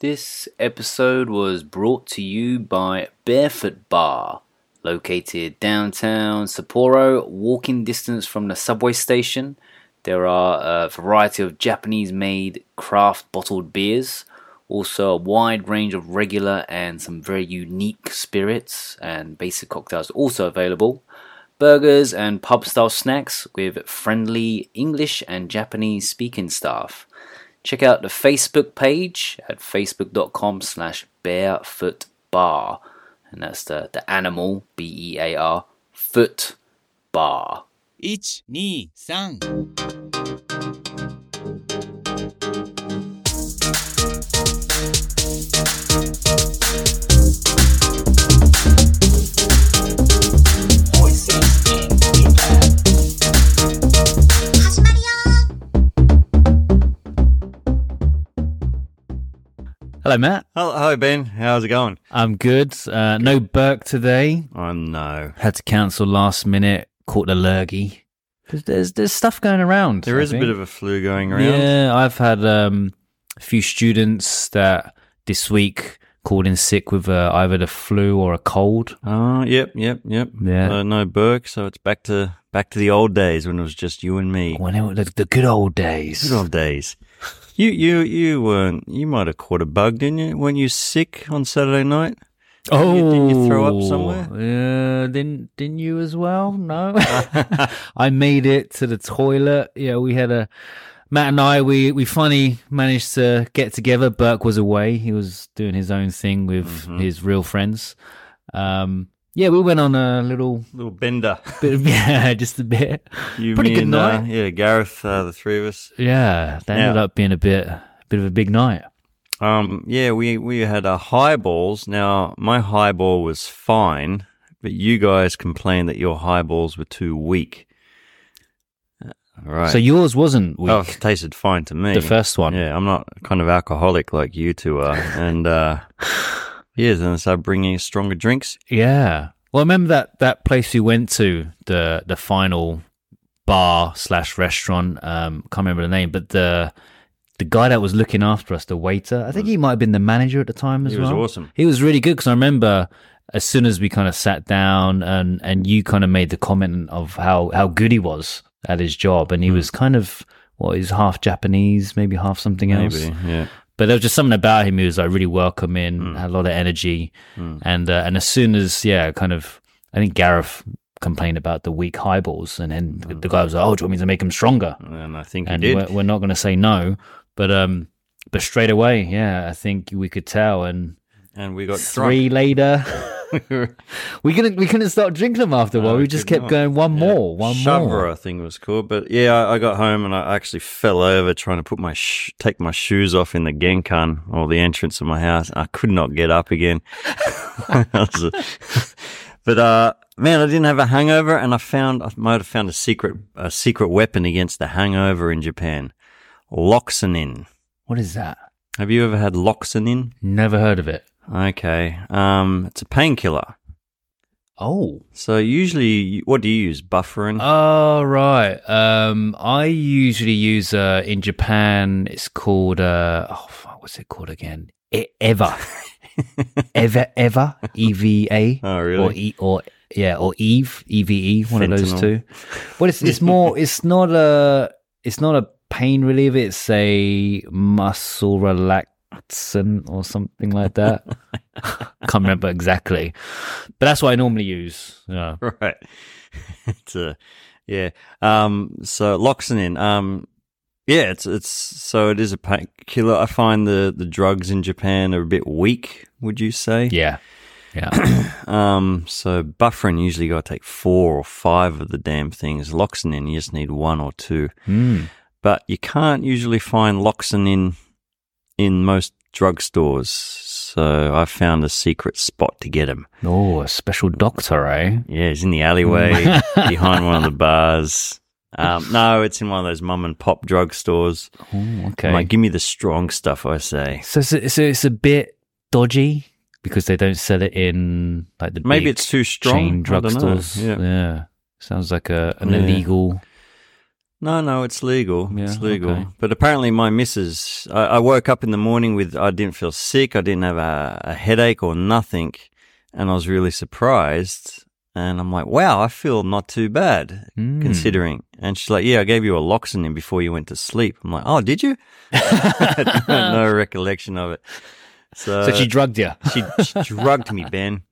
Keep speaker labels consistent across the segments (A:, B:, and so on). A: This episode was brought to you by Barefoot Bar, located downtown Sapporo, walking distance from the subway station. There are a variety of Japanese made craft bottled beers, also a wide range of regular and some very unique spirits and basic cocktails also available. Burgers and pub style snacks with friendly English and Japanese speaking staff. Check out the Facebook page at facebook.com slash barefoot bar. And that's the, the animal, B E A R, foot bar.
B: 1 2 3
C: 始まるよ
D: Hello, Matt.
E: Hello, hello, Ben. How's it going?
D: I'm good. Uh, no Burke today.
E: Oh no,
D: Had to cancel last minute. Caught the lurgy. There's there's, there's stuff going around.
E: there is a bit of a flu going around.
D: Yeah, I've had um, a few students that this week called in sick with uh, either the flu or a cold.
E: Oh, yep, yep, yep.
D: Yeah.
E: Uh, no Burke, so it's back to back to the old days when it was just you and me.
D: When it, was- the, the good old days.
E: Good old days. You, you, you weren't. You might have caught a bug, didn't you? Weren't you sick on Saturday night?
D: Oh,
E: Didn't you, didn't you throw up somewhere?
D: Yeah, didn't didn't you as well? No, I made it to the toilet. Yeah, we had a Matt and I. We we finally managed to get together. Burke was away. He was doing his own thing with
E: Mm-hmm.
D: his real friends. Um, yeah, we went on a little
E: Little bender.
D: bit of yeah, just a bit.
E: You,
D: Pretty
E: me
D: good
E: and, Uh,
D: night.
E: yeah, Gareth, uh, the three of us.
D: Yeah, that ended
E: Yeah.
D: up being a bit bit of a big night.
E: Um, yeah, we we had our highballs. Now my highball was fine, but you guys complained that your highballs were too weak. Uh, All right.
D: So yours wasn't weak.
E: Oh, it tasted fine to me.
D: The first one.
E: Yeah, I'm not kind of alcoholic like you two are. and uh yeah, then I started bringing stronger drinks.
D: Yeah. Well, I remember that that place we went to the the final bar slash restaurant. Um, can't remember the name, but the the guy that was looking after us, the waiter, I think he might have been the manager at the time as
E: He was
D: well.
E: awesome.
D: He was really good because I remember as soon as we kind of sat down and and you kind of made the comment of how how good he was at his job,
E: Hmm.
D: and he was kind of what he's half Japanese, maybe half something else
E: Maybe, yeah.
D: but there was just something about him who was like really welcoming,
E: Hmm.
D: had a lot of energy, and uh, and as soon as yeah, kind of, I think Gareth complained about the weak highballs, and then the guy was like, "Oh, do you want me to make him stronger?"
E: And I think
D: And
E: Hmm. he
D: we're,
E: did.
D: we're not going to say no, but um, but straight away, yeah, I think we could tell. And
E: And we got
D: three later,
E: drunk.
D: we couldn't we couldn't start drinking them after a while.
E: No,
D: we
E: we
D: just
E: could
D: kept
E: not.
D: going one more, one more.
E: Shover, I think was cool. But yeah, I, I got home and I actually fell over trying to put my sh- take my shoes off in the genkan or the entrance of my house. I could not get up again. but uh, man, I didn't have a hangover, and I found I might have found a secret a secret weapon against the hangover in Japan. Loxanin.
D: What is that?
E: Have you ever had Loxanin?
D: Never heard of it.
E: Okay, um, it's a painkiller.
D: Oh.
E: So usually, what do you use? Bufferin.
D: Oh right. Um, I usually use uh in Japan. It's called uh oh fuck, what's it called again? E- ever, ever, ever, E V A.
E: Oh, really?
D: Or E or yeah or Eve E V E. One of those
E: Fentanyl.
D: two. Well, it's it's more. It's not a. It's not a pain reliever. It's a muscle relaxant or something like that. Can't remember exactly, but that's what I normally use. Uh, Yeah.
E: right. it's a, yeah. Um, so Loxanin, um, yeah, it's, it's, so it is a painkiller. I find the, the drugs in Japan are a bit weak, would you say?
D: Yeah. Yeah.
E: Um, so Bufferin usually got to take four or five of the damn things. Loxanin, you just need one or two,
D: Hmm.
E: but you can't usually find Loxanin in most drugstores. So I found a secret spot to get them.
D: Oh, a special doctor, eh?
E: Yeah, it's in the alleyway behind one of the bars. Um, no, it's in one of those mum and pop drugstores.
D: Oh, okay.
E: I'm Like, give me the strong stuff, I say.
D: so, so, so it's a bit dodgy because they don't sell it in like the
E: Maybe
D: big
E: it's too
D: chain
E: strong. I don't know.
D: drugstores.
E: Yeah.
D: Yeah. sounds like a an
E: Yeah.
D: illegal
E: No, no, it's legal.
D: Yeah,
E: it's legal.
D: okay.
E: But apparently, my missus, I, I woke up in the morning with, I didn't feel sick. I didn't have a, a headache or nothing. And I was really surprised. And I'm like, wow, I feel not too bad
D: Mm.
E: considering. And she's like, yeah, I gave you a Loxonin before you went to sleep. I'm like, oh, did you? no recollection of it. So,
D: so she drugged you.
E: she, she drugged me, Ben.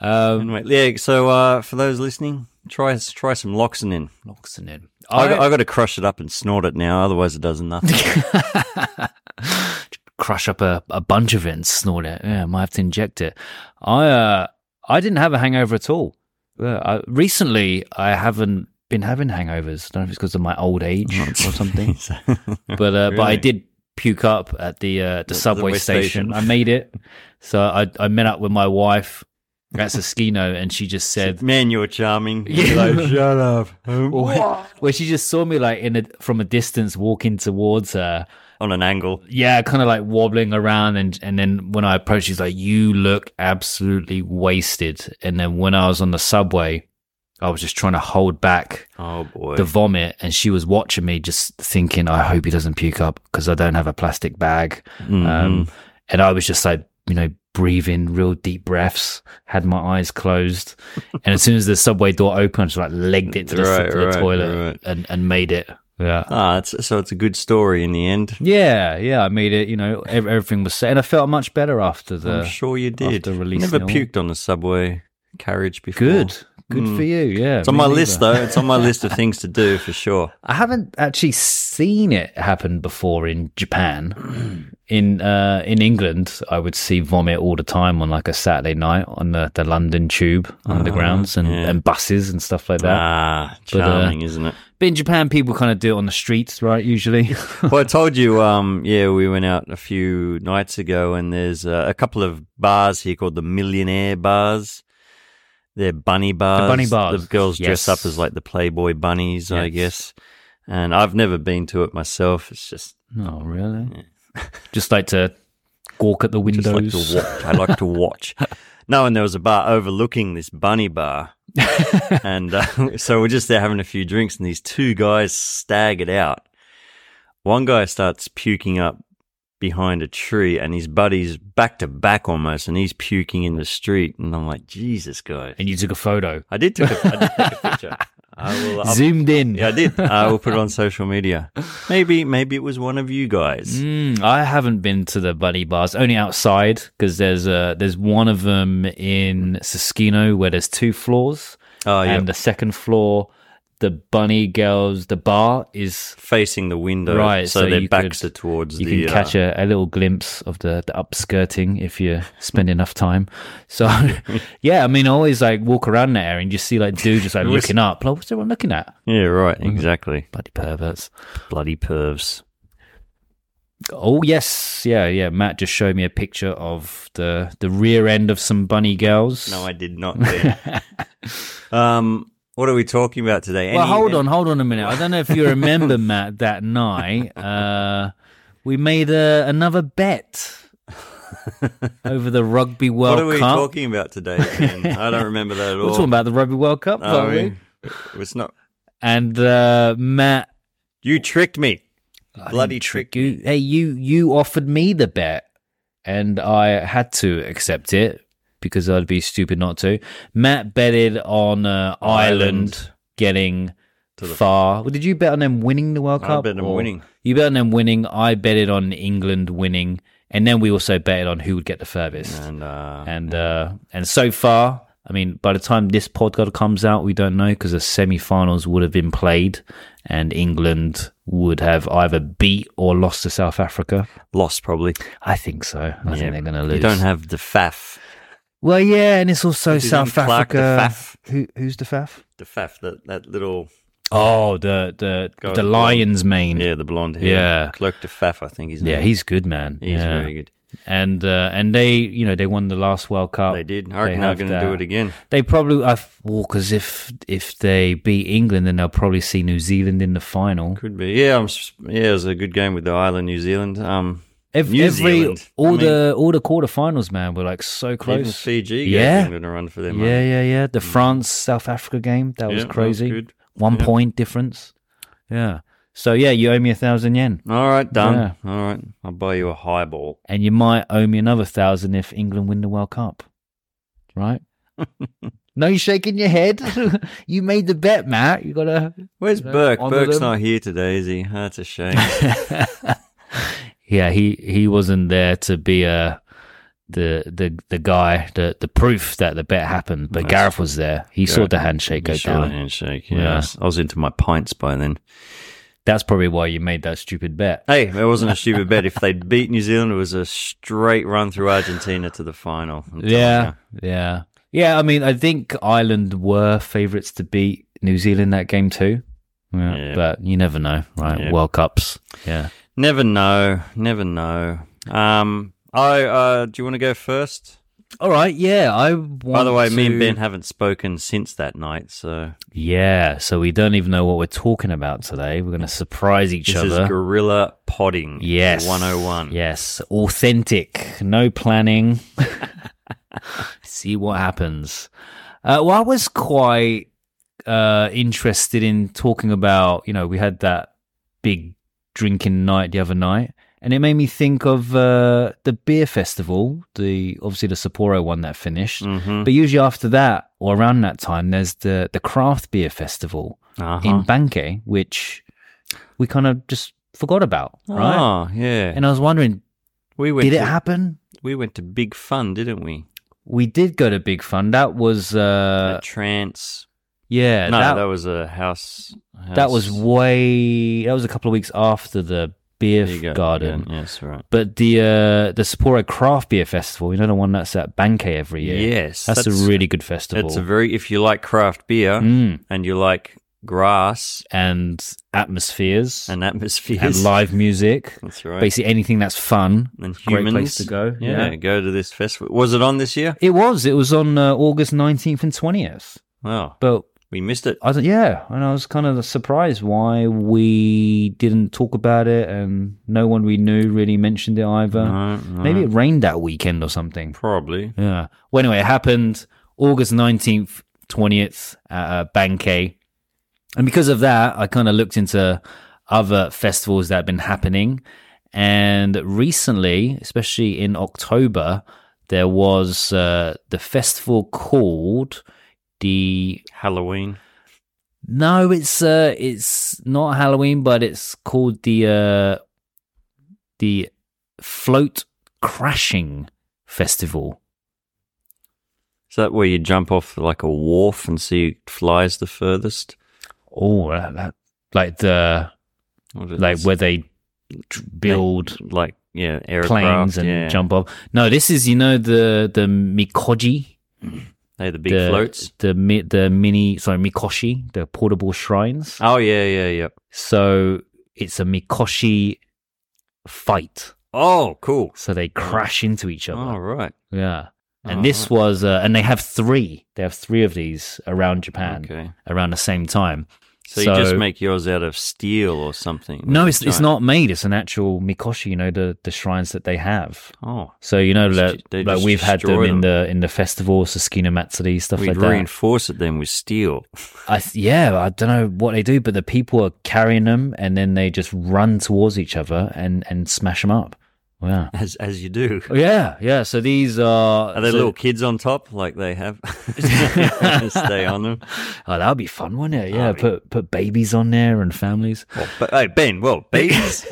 D: Um,
E: Anyway, yeah. So uh, for those listening, try try some Loxonin.
D: Loxonin.
E: I,
D: I-
E: I got to crush it up and snort it now, otherwise it does nothing.
D: crush up a, a bunch of it and snort it. Yeah, I might have to inject it. I uh, I didn't have a hangover at all. Yeah, I, recently, I haven't been having hangovers. I don't know if it's because of my old age or something,
E: So-
D: but uh, but I
E: Really?
D: did puke up at the uh, the subway
E: subway
D: station.
E: station.
D: I made it. So I I met up with my wife at Saskino, and she just said.
E: man, you're charming.
D: Yeah.
E: Like, Shut up.
D: Where she just saw me like in a from a distance walking towards her,
E: On an angle.
D: yeah, kind of like wobbling around, and and then when I approached, she's like, "You look absolutely wasted." And then when I was on the subway, I was just trying to hold back
E: Oh boy.
D: the vomit, and she was watching me, just thinking, "I hope he doesn't puke up because I don't have a plastic bag."
E: mm-hmm.
D: Um, and I was just like, you know, breathing real deep breaths, had my eyes closed, and as soon as the subway door opened, I just like legged it to the,
E: Right,
D: to the
E: right,
D: toilet
E: right.
D: and and made it. Yeah.
E: ah, it's, so it's a good story in the end.
D: Yeah, yeah, I made it. You know, ev- everything was set, and I felt much better after the.
E: I'm sure you did.
D: after releasing
E: Never
D: it all.
E: puked on the subway carriage before.
D: Good, good for you. Yeah,
E: Hmm. It's on
D: me
E: my
D: neither.
E: list though. It's on my list of things to do for sure.
D: I haven't actually seen it happen before in Japan. in uh, in England, I would see vomit all the time on like a Saturday night on the, the London Tube undergrounds and,
E: Ah, yeah.
D: and buses and stuff like that.
E: Ah,
D: But, uh,
E: charming, isn't it?
D: but in Japan, people kind of do it on the streets, right? Usually,
E: well, I told you, um, yeah, we went out a few nights ago, and there's uh, a couple of bars here called the Millionaire Bars. They're bunny bars.
D: bunny bars,
E: The girls dress up
D: yes.
E: as like the Playboy bunnies, I
D: Yes.
E: guess. And I've never been to it myself. It's just,
D: no, Oh, really, just like to gawk at the windows.
E: just like to watch. I like to watch. No, and there was a bar overlooking this bunny bar. and uh, so we're just there having a few drinks, and these two guys staggered out. One guy starts puking up behind a tree, and his buddy's back to back almost, and he's puking in the street. And I'm like, Jesus, guys.
D: and you took a photo,
E: I did take a, I did take a picture. I will. I'll-
D: zoomed in.
E: yeah, I did. I will put it on social media. Maybe, maybe it was one of you guys.
D: Mm, I haven't been to the bunny bars, only outside because there's uh there's one of them in Saskino where there's two floors,
E: Oh, yeah.
D: and the second floor, the bunny girls, the bar is
E: Facing the window,
D: Right,
E: So,
D: so
E: their
D: you
E: backs
D: could-
E: are towards
D: you
E: the. uh,
D: can catch a, a little glimpse of the, the upskirting if you spend enough time. So yeah, I mean, I always like walk around there and just see like dude just like
E: It was-
D: looking up. Like, what's everyone looking at?
E: yeah, right.
D: Mm-hmm.
E: Exactly.
D: Bloody perverts.
E: Bloody pervs.
D: Oh yes, yeah, yeah. Matt just showed me a picture of the the rear end of some bunny girls.
E: No, I did not. Ben. um, what are we talking about today?
D: well,
E: Any-
D: hold on, hold on a minute. I don't know if you remember, Matt, that night uh, we made a, another bet over the Rugby World
E: What are we
D: Cup.
E: talking about today? Ben? I don't remember that at all.
D: We're talking about the Rugby World Cup,
E: Are
D: aren't
E: we?
D: we?
E: It's not.
D: And uh, Matt,
E: You tricked me.
D: I
E: Bloody
D: didn't
E: trick.
D: you. Hey, you you offered me the bet, and I had to accept it because I'd be stupid not to. Matt betted on uh, Ireland,
E: Ireland.
D: getting far. Well, did you bet on them winning the World
E: I
D: Cup?
E: bet on
D: or-
E: winning.
D: You bet on them winning. I betted on England winning, and then we also betted on who would get the furthest.
E: And uh,
D: And uh, and so far, I mean, by the time this podcast comes out, we don't know because the semi-finals would have been played, and England would have either beat or lost to South Africa.
E: lost probably.
D: I think so. I think they're going to lose.
E: You don't have the faff.
D: well, yeah, and it's also
E: This is
D: South
E: on Clark the
D: Africa.
E: Faf.
D: Who, who's the faff?
E: The faff. That that little.
D: Oh, the the
E: Go
D: the
E: on.
D: Lions mane. Yeah.
E: Yeah, the blonde hair.
D: Mm. Yeah.
E: Clerk de faff. I think he's.
D: he's good, man.
E: He's
D: yeah.
E: very good.
D: and uh, and they you know they won the last World Cup.
E: They did. I reckon they are
D: Oh, have
E: going to do
D: that.
E: it again.
D: They probably I because if if they beat England, then they'll probably see New Zealand in the final.
E: Could be. Yeah, I'm. s- Yeah, it was a good game with the Ireland, New Zealand. Um,
D: Ev-
E: New
D: every
E: Zealand.
D: all
E: I mean-
D: the all the quarterfinals, man, were like so
E: Even
D: close.
E: Fiji gave
D: Yeah.
E: England a run for their money.
D: Yeah, yeah, yeah. The France South Africa game that
E: Mm. Yeah,
D: was
E: that was
D: crazy.
E: good.
D: One
E: Yeah.
D: point difference. Yeah. So yeah, you owe me a thousand yen,
E: All right, done. All right, I'll buy you a highball.
D: and you might owe me another thousand if England win the World Cup. Right? no, you're shaking your head. you made the bet, Matt. You gotta.
E: Where's
D: You know,
E: Burke?
D: honour
E: Burke's
D: them.
E: not here today, is he? That's a shame.
D: yeah, he he wasn't there to be uh the the the guy the the proof that the bet happened, but
E: Nice.
D: Gareth was there. He saw
E: Yeah.
D: the handshake go
E: Sure,
D: down.
E: handshake. Yeah,
D: Yeah.
E: I was- I was into my pints by then.
D: That's probably why you made that stupid bet.
E: Hey, it wasn't a stupid bet. If they'd beat New Zealand, it was a straight run through Argentina to the final. I'm telling
D: Yeah,
E: you.
D: yeah, yeah. I mean, I think Ireland were favourites to beat New Zealand that game too. Yeah,
E: Yeah.
D: But you never know, right?
E: Yeah.
D: World Cups. Yeah.
E: Never know. Never know. Um, I uh, do you want to go first?
D: All right. Yeah. I. Want
E: By the way, me and
D: to-
E: Ben haven't spoken since that night, so
D: Yeah. So we don't even know what we're talking about today. We're going to surprise each
E: this
D: other.
E: is gorilla podding.
D: Yes.
E: 101.
D: Yes. Authentic. No planning. See what happens. Uh, well, I was quite uh, interested in talking about, you know, we had that big drinking night the other night. And it made me think of uh, the beer festival, the obviously the Sapporo one that finished.
E: Mhm.
D: But usually after that or around that time, there's the the craft beer festival
E: Uh-huh.
D: in Banke, which we kind of just forgot about, right?
E: Oh, yeah.
D: And I was wondering,
E: we went
D: did it
E: to,
D: happen?
E: We went to Big Fun, didn't we?
D: We did go to Big Fun. That was, uh,
E: a trance.
D: yeah,
E: no,
D: that,
E: that, was a house.
D: that was
E: house-
D: way. That was a couple of weeks after the beer
E: There you go.
D: garden.
E: Yeah, yes, right.
D: But the uh, the Sapporo Craft Beer Festival, you know the one that's at Banke every year.
E: Yes,
D: that's,
E: that's-
D: a really good festival.
E: It's a very if you like craft beer
D: Mm.
E: and you like grass
D: and atmospheres and,
E: and atmospheres
D: live music,
E: That's right.
D: basically anything that's fun.
E: and humans.
D: Great place to go.
E: Yeah,
D: Yeah.
E: go to this festival. Was it on this year?
D: It was. It was on uh, August nineteenth and twentieth.
E: Wow,
D: But
E: we missed it.
D: I don't, yeah, and I was kind of surprised why we didn't talk about it, and no one we knew really mentioned it either.
E: No, no.
D: Maybe it rained that weekend or something.
E: Probably.
D: Yeah. Well, anyway, it happened August nineteenth, twentieth at uh, Banke, and because of that, I kind of looked into other festivals that have been happening, and recently, especially in October, there was uh, the festival called the
E: Halloween.
D: no, it's uh, it's not Halloween, but it's called the uh, the float crashing festival.
E: Is that where you jump off like a wharf and see who flies the furthest?
D: Oh, that, that like the
E: What is
D: like
E: this?
D: where they tr- build
E: like yeah, aircraft,
D: planes and
E: yeah.
D: jump off. No, this is you know the the mikoji,
E: Hey, the big
D: the
E: floats.
D: the mi- the mini sorry mikoshi, the portable shrines.
E: Oh yeah, yeah, yeah.
D: So it's a mikoshi fight.
E: Oh, cool.
D: So they crash into each other.
E: All right.
D: Yeah. And
E: Oh,
D: this
E: right.
D: was, uh, and they have three. They have three of these around Japan
E: Okay.
D: around the same time.
E: So, you just make yours out of steel or something.
D: No, it's it's
E: Giant-
D: not made. It's an actual mikoshi. You know the the shrines that they have.
E: Oh,
D: So you know,
E: Just-
D: like,
E: they
D: like
E: just
D: we've had them,
E: destroy
D: in
E: them.
D: the in the festival, Susukino Matsuri stuff
E: we'd
D: like that.
E: reinforce it then with steel.
D: I th- yeah, I don't know what they do, but the people are carrying them, and then they just run towards each other and and smash them up. Wow.
E: as as you do.
D: Yeah, yeah. So these are
E: Are there
D: Oh, so-
E: little kids on top like they have? Stay on them.
D: Oh, that would be fun, wouldn't it? Yeah,
E: That'd be-
D: put put babies on there and families,
E: Well, but hey, Ben. Well, babies.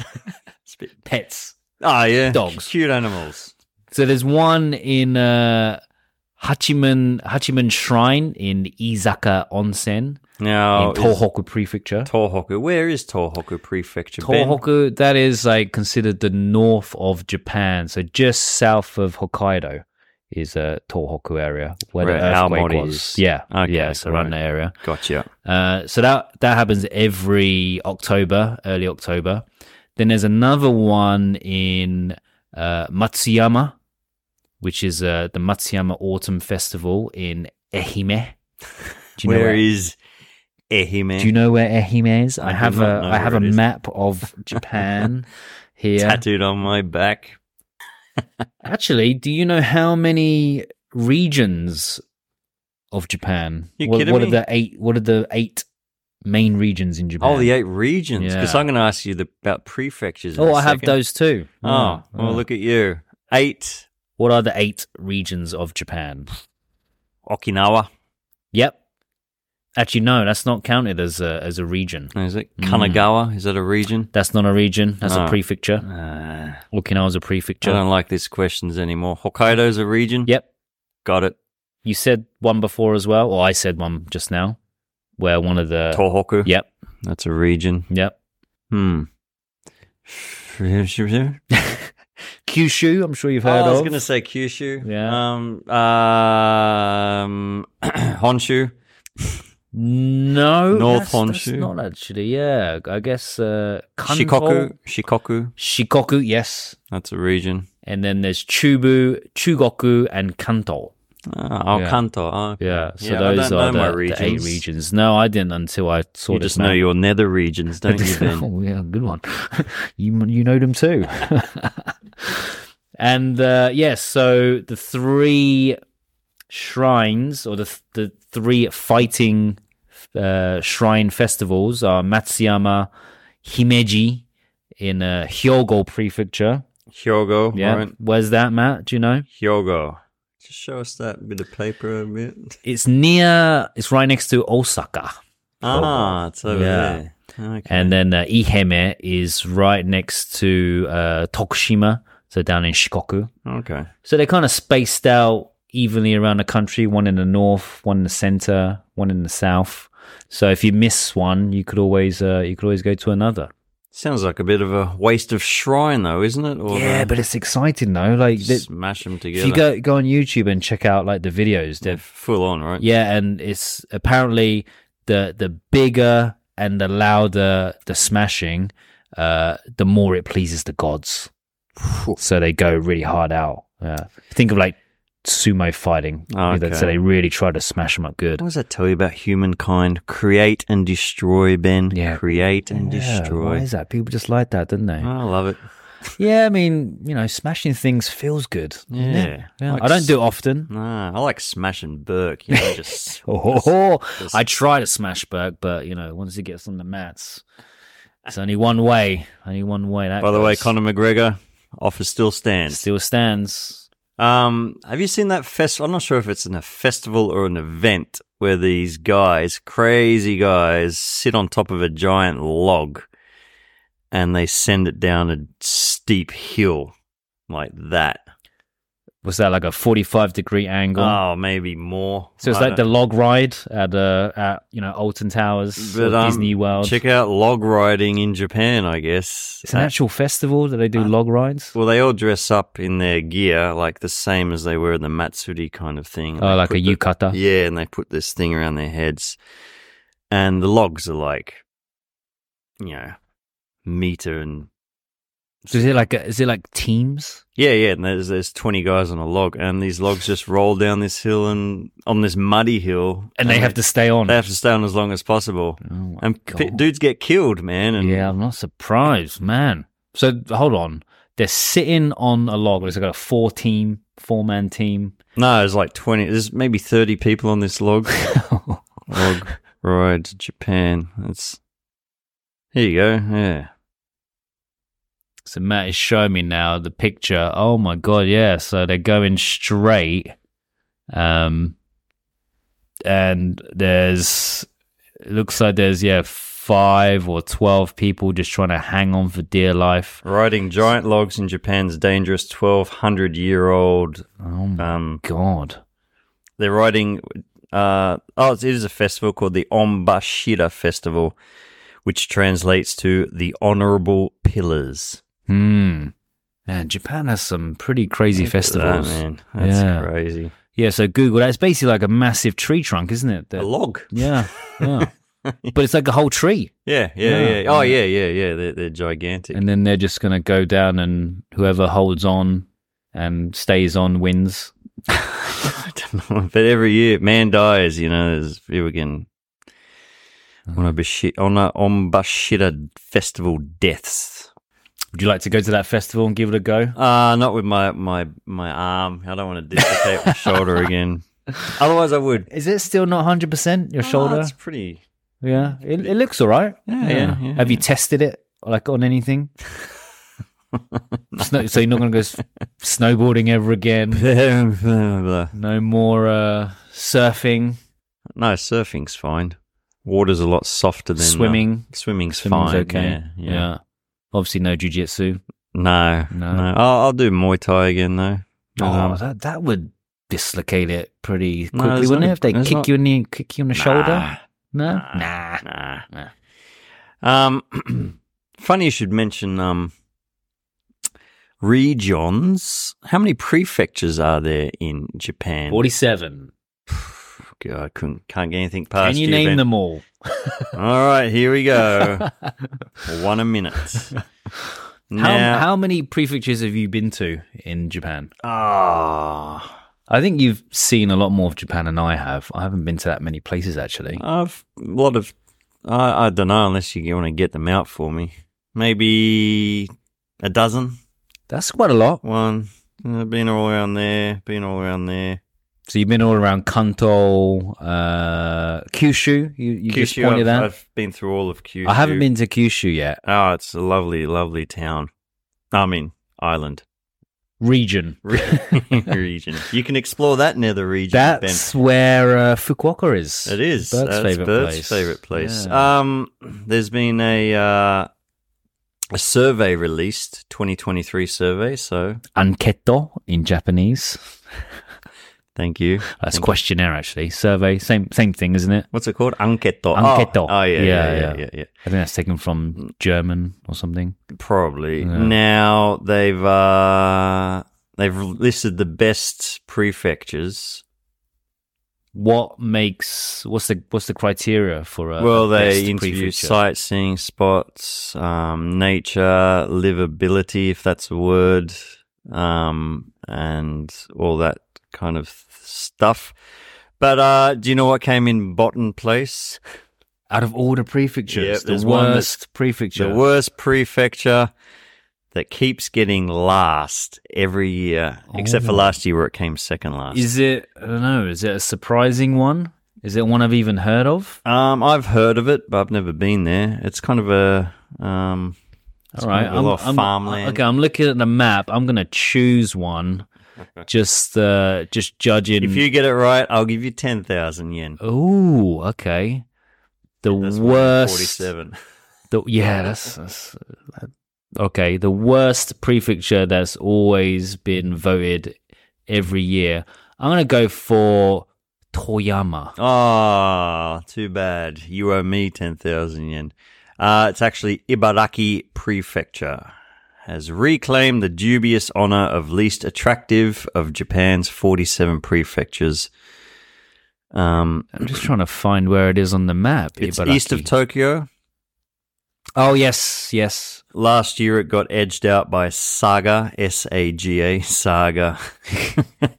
D: pets.
E: Ah, yeah,
D: Dogs.
E: cute animals.
D: So there's one in uh, Hachiman Hachiman Shrine in Izaka Onsen
E: Now,
D: in
E: Oh, is
D: Tohoku Prefecture.
E: Tohoku. Where is Tohoku Prefecture? Ben?
D: Tohoku, that is like considered the north of Japan, so just south of Hokkaido is uh, Tohoku area where
E: Right,
D: the earthquake
E: Aomori
D: was.
E: is-
D: Yeah,
E: Okay,
D: yeah, so around
E: right.
D: that area.
E: Gotcha.
D: Uh, so that that happens every October, early October. Then there's another one in uh, Matsuyama, which is uh, the Matsuyama Autumn Festival in Ehime. Do
E: Where
D: where-
E: is Ehime?
D: Do you know where Ehime is? I,
E: I do
D: have
E: not
D: a
E: know
D: I have
E: where
D: a
E: it is.
D: map of Japan here.
E: Tattooed on my back.
D: Actually, do you know how many regions of Japan?
E: You
D: what
E: kidding
D: what are
E: me?
D: the eight? What are the eight main regions in Japan.
E: Oh, the eight regions. Because
D: Yeah.
E: I'm going to ask you the, about prefectures. in
D: Oh,
E: a
D: I have
E: second.
D: those too.
E: Oh,
D: Yeah,
E: well,
D: yeah.
E: look at you. Eight
D: What are the eight regions of Japan?
E: Okinawa.
D: Yep. Actually, no, that's not counted as a as a region.
E: Is it
D: Mm.
E: Kanagawa? Is that a region?
D: That's not a region. That's
E: Oh.
D: a prefecture.
E: Uh,
D: Okinawa's a
E: I
D: prefecture.
E: don't like these questions anymore. Hokkaido's a region.
D: Yep.
E: Got it.
D: You said one before as well, or I said one just now, where one of the
E: Tohoku.
D: yep,
E: That's a region.
D: yep.
E: Hmm.
D: Kyushu, I'm sure you've
E: Oh,
D: heard
E: I was
D: of.
E: going to say Kyushu.
D: Yeah.
E: Um, um, Honshu.
D: No,
E: North
D: that's- that's
E: Honshu.
D: not actually. Yeah, I guess uh, Kanto-
E: Shikoku. Shikoku.
D: Shikoku, yes.
E: That's a region.
D: And then there's Chubu, Chugoku, and Kanto.
E: Ah, oh,
D: Yeah.
E: Kanto. Oh, okay.
D: Yeah, so
E: Yeah, I
D: those
E: don't
D: are
E: know my
D: the, the eight
E: regions.
D: regions. No, I didn't until I saw
E: You
D: this
E: just know
D: map.
E: your nether regions, don't you, Ben?
D: oh, yeah, good one. you you know them too. and uh, yes, so the three shrines or the th- the three fighting uh, shrine festivals are Matsuyama, Himeji in uh, Hyogo Prefecture.
E: Hyogo.
D: Yeah,
E: Right.
D: where's that, Matt? Do you know?
E: Hyogo. Just show us that bit of paper a bit.
D: It's near. It's right next to Osaka.
E: Ah, it's over
D: Yeah.
E: there. Okay.
D: And then uh, Iheme is right next to uh, Tokushima, so down in Shikoku.
E: okay.
D: So they're kind of spaced out evenly around the country, one in the north, one in the center, one in the south. So if you miss one, you could always uh, you could always go to another.
E: Sounds like a bit of a waste of shrine, though, isn't it? Or
D: Yeah, but it's exciting though. Like
E: they
D: th-
E: smash them
D: if
E: together.
D: you go go on YouTube and check out like the videos,
E: They're
D: they've
E: full on, right?
D: Yeah, and it's apparently the the bigger and the louder the smashing, uh, the more it pleases the gods. so they go really hard out. Yeah. Think of like sumo fighting.
E: Oh,
D: They-
E: okay.
D: So they really try to smash them up good.
E: What does that tell you about humankind? Create and destroy, Ben.
D: Yeah.
E: Create and
D: Yeah, Why
E: destroy. Ah.
D: is that? People just like that, didn't they?
E: I love it.
D: Yeah, I mean, you know, smashing things feels good. doesn't it?
E: Yeah.
D: yeah.
E: Like
D: I don't
E: s- Mm.
D: do it often.
E: Nah, I like smashing Burke. You know, just
D: Oh, ho, ho.
E: Just-
D: I try to smash Burke, but you know, once he gets on the mats, it's only one way. Only one way. That
E: By the way,
D: goes.
E: Conor McGregor offer still stands.
D: still stands.
E: Um, have you seen that fest? I'm not sure if it's in a festival or an event where these guys, crazy guys, sit on top of a giant log and they send it down a steep hill like that.
D: Was that like a forty-five degree angle?
E: Oh, maybe more.
D: so it's
E: I
D: like the
E: don't-
D: log ride at uh at you know Alton Towers, or
E: But, um,
D: Disney World.
E: Check out log riding in Japan, I guess. Uh,
D: it's an actual festival that they do log rides.
E: Well, they all dress up in their gear, like the same as they were in the Matsuri kind of thing.
D: Oh,
E: They
D: like a
E: put the-
D: yukata.
E: Yeah, and they put this thing around their heads. And the logs are like, you know, meter and.
D: So is it like a, is it like teams?
E: Yeah, yeah, and there's, there's 20 guys on a log, and these logs just roll down this hill and on this muddy hill.
D: And they have to stay on.
E: They have to stay on as long as possible.
D: Oh my
E: and p-
D: God.
E: dudes get killed, man. And
D: Yeah, I'm not surprised, man. So hold on. They're sitting on a log. It's like a four team, four man team.
E: No, there's like 20, there's maybe 30 people on this log. log ride to Japan. That's. Here you go. Yeah.
D: so Matt is showing me now the picture. Oh my god, yeah. So they're going straight. Um and there's it looks like there's yeah, five or twelve people just trying to hang on for dear life.
E: Riding giant logs in Japan's dangerous 1200 year old.
D: Oh my
E: Um,
D: god.
E: they're riding. Uh, oh, it is a festival called the Ombashira Festival, which translates to the Honorable Pillars.
D: Hmm. Man, Japan has some pretty crazy festivals.
E: That, Oh, man. That's
D: Yeah.
E: crazy.
D: Yeah, so Google that. It's basically like a massive tree trunk, isn't it? That-
E: A log.
D: Yeah, yeah. but it's like a whole tree,
E: Yeah, yeah,
D: Yeah.
E: yeah. Oh, yeah, yeah, yeah. They're, they're gigantic.
D: and then they're just gonna go down, and whoever holds on and stays on wins.
E: I don't know. But every year, man dies, you know, there's people getting
D: Mm.
E: on a, Bashi- on a Ombashira Festival deaths.
D: Would you like to go to that festival and give it a go?
E: Uh, not with my, my, my arm. I don't want to dislocate my shoulder again. Otherwise, I would.
D: Is it still not hundred percent your
E: Ah,
D: shoulder?
E: It's pretty.
D: Yeah, it, it looks all right.
E: Yeah, yeah, yeah,
D: Have you tested it like on anything? Snow, so you're not going to go s- snowboarding ever again.
E: no,
D: No more uh, surfing.
E: surfing's fine. Water's a lot softer than uh,
D: Swimming.
E: swimming's,
D: Swimming's
E: fine.
D: okay.
E: Yeah, yeah.
D: Obviously, no jujitsu.
E: No,
D: No.
E: no. I'll, I'll do Muay Thai again though. But, um,
D: Oh, that that would dislocate it pretty
E: No,
D: quickly,
E: there's
D: wouldn't
E: no-
D: it? If they
E: there's
D: kick
E: not-
D: you in the kick you in the shoulder. No,
E: Nah.
D: nah.
E: Nah.
D: Nah.
E: Um, funny you should mention um, regions. How many prefectures are there in Japan?
D: Forty-seven.
E: God, I couldn't, can't get anything past
D: Can you
E: you
D: name
E: Ben.
D: them all?
E: All right, here we go. One a minute.
D: How,
E: now,
D: how many prefectures have you been to in Japan?
E: Ah,
D: I think you've seen a lot more of Japan than I have. I haven't been to that many places actually.
E: I've a lot of. I, I don't know unless you want to get them out for me. Maybe a dozen.
D: That's quite a lot.
E: One. Uh, been all around there. Been all around there.
D: So you've been all around Kanto, uh, Kyushu. You, you just
E: Kyushu,
D: pointed
E: I've,
D: out.
E: I've been through all of Kyushu.
D: I haven't been to Kyushu yet.
E: Oh, it's a lovely, lovely town. I mean, island
D: Region.
E: region. You can explore that nether region. ben.
D: That's where uh, Fukuoka is.
E: It is.
D: Bert's
E: That's
D: favorite
E: Bert's
D: place.
E: favorite place.
D: Yeah.
E: Um, there's been a uh, a survey released, 2023 survey. So
D: Anketo in Japanese.
E: thank you.
D: That's
E: Thank you.
D: questionnaire actually. Survey, same same thing, isn't it?
E: What's it called? Anketo.
D: Anketo.
E: Oh, oh yeah, yeah, yeah,
D: Yeah,
E: yeah,
D: yeah.
E: yeah,
D: I think that's taken from German or something.
E: Probably. Now they've uh, they've listed the best prefectures.
D: What makes what's the what's the criteria for a
E: well,
D: a best
E: they interview
D: prefecture?
E: sightseeing spots, um, nature, livability, if that's a word, um, and all that kind of stuff. But uh, do you know what came in bottom place?
D: out of all the prefectures,
E: Yep,
D: the
E: there's one that's-
D: worst prefecture.
E: The worst prefecture that keeps getting last every year, except for last year where it came second last.
D: Oh. Is it? I don't know. Is it a surprising one? Is it one I've even heard of?
E: um, I've heard of it, but I've never been there. It's kind of a um, it's
D: All right,
E: kind of a lot of farmland.
D: Okay, I'm looking at the map. I'm gonna choose one. Just, uh, just judging.
E: If you get it right, I'll give you 10,000 yen.
D: oh, okay. The
E: That's one in
D: worst.
E: 47.
D: The, yeah, that's, that's okay. The worst prefecture that's always been voted every year. I'm gonna go for Toyama.
E: Ah, too bad. You owe me 10,000 yen. Uh, it's actually Ibaraki Prefecture has reclaimed the dubious honor of least attractive of Japan's 47 prefectures. Um,
D: I'm just trying to find where it is on the map.
E: it's
D: Ibaraki.
E: east of Tokyo.
D: Oh yes, yes.
E: Last year it got edged out by Saga, S A G A, Saga.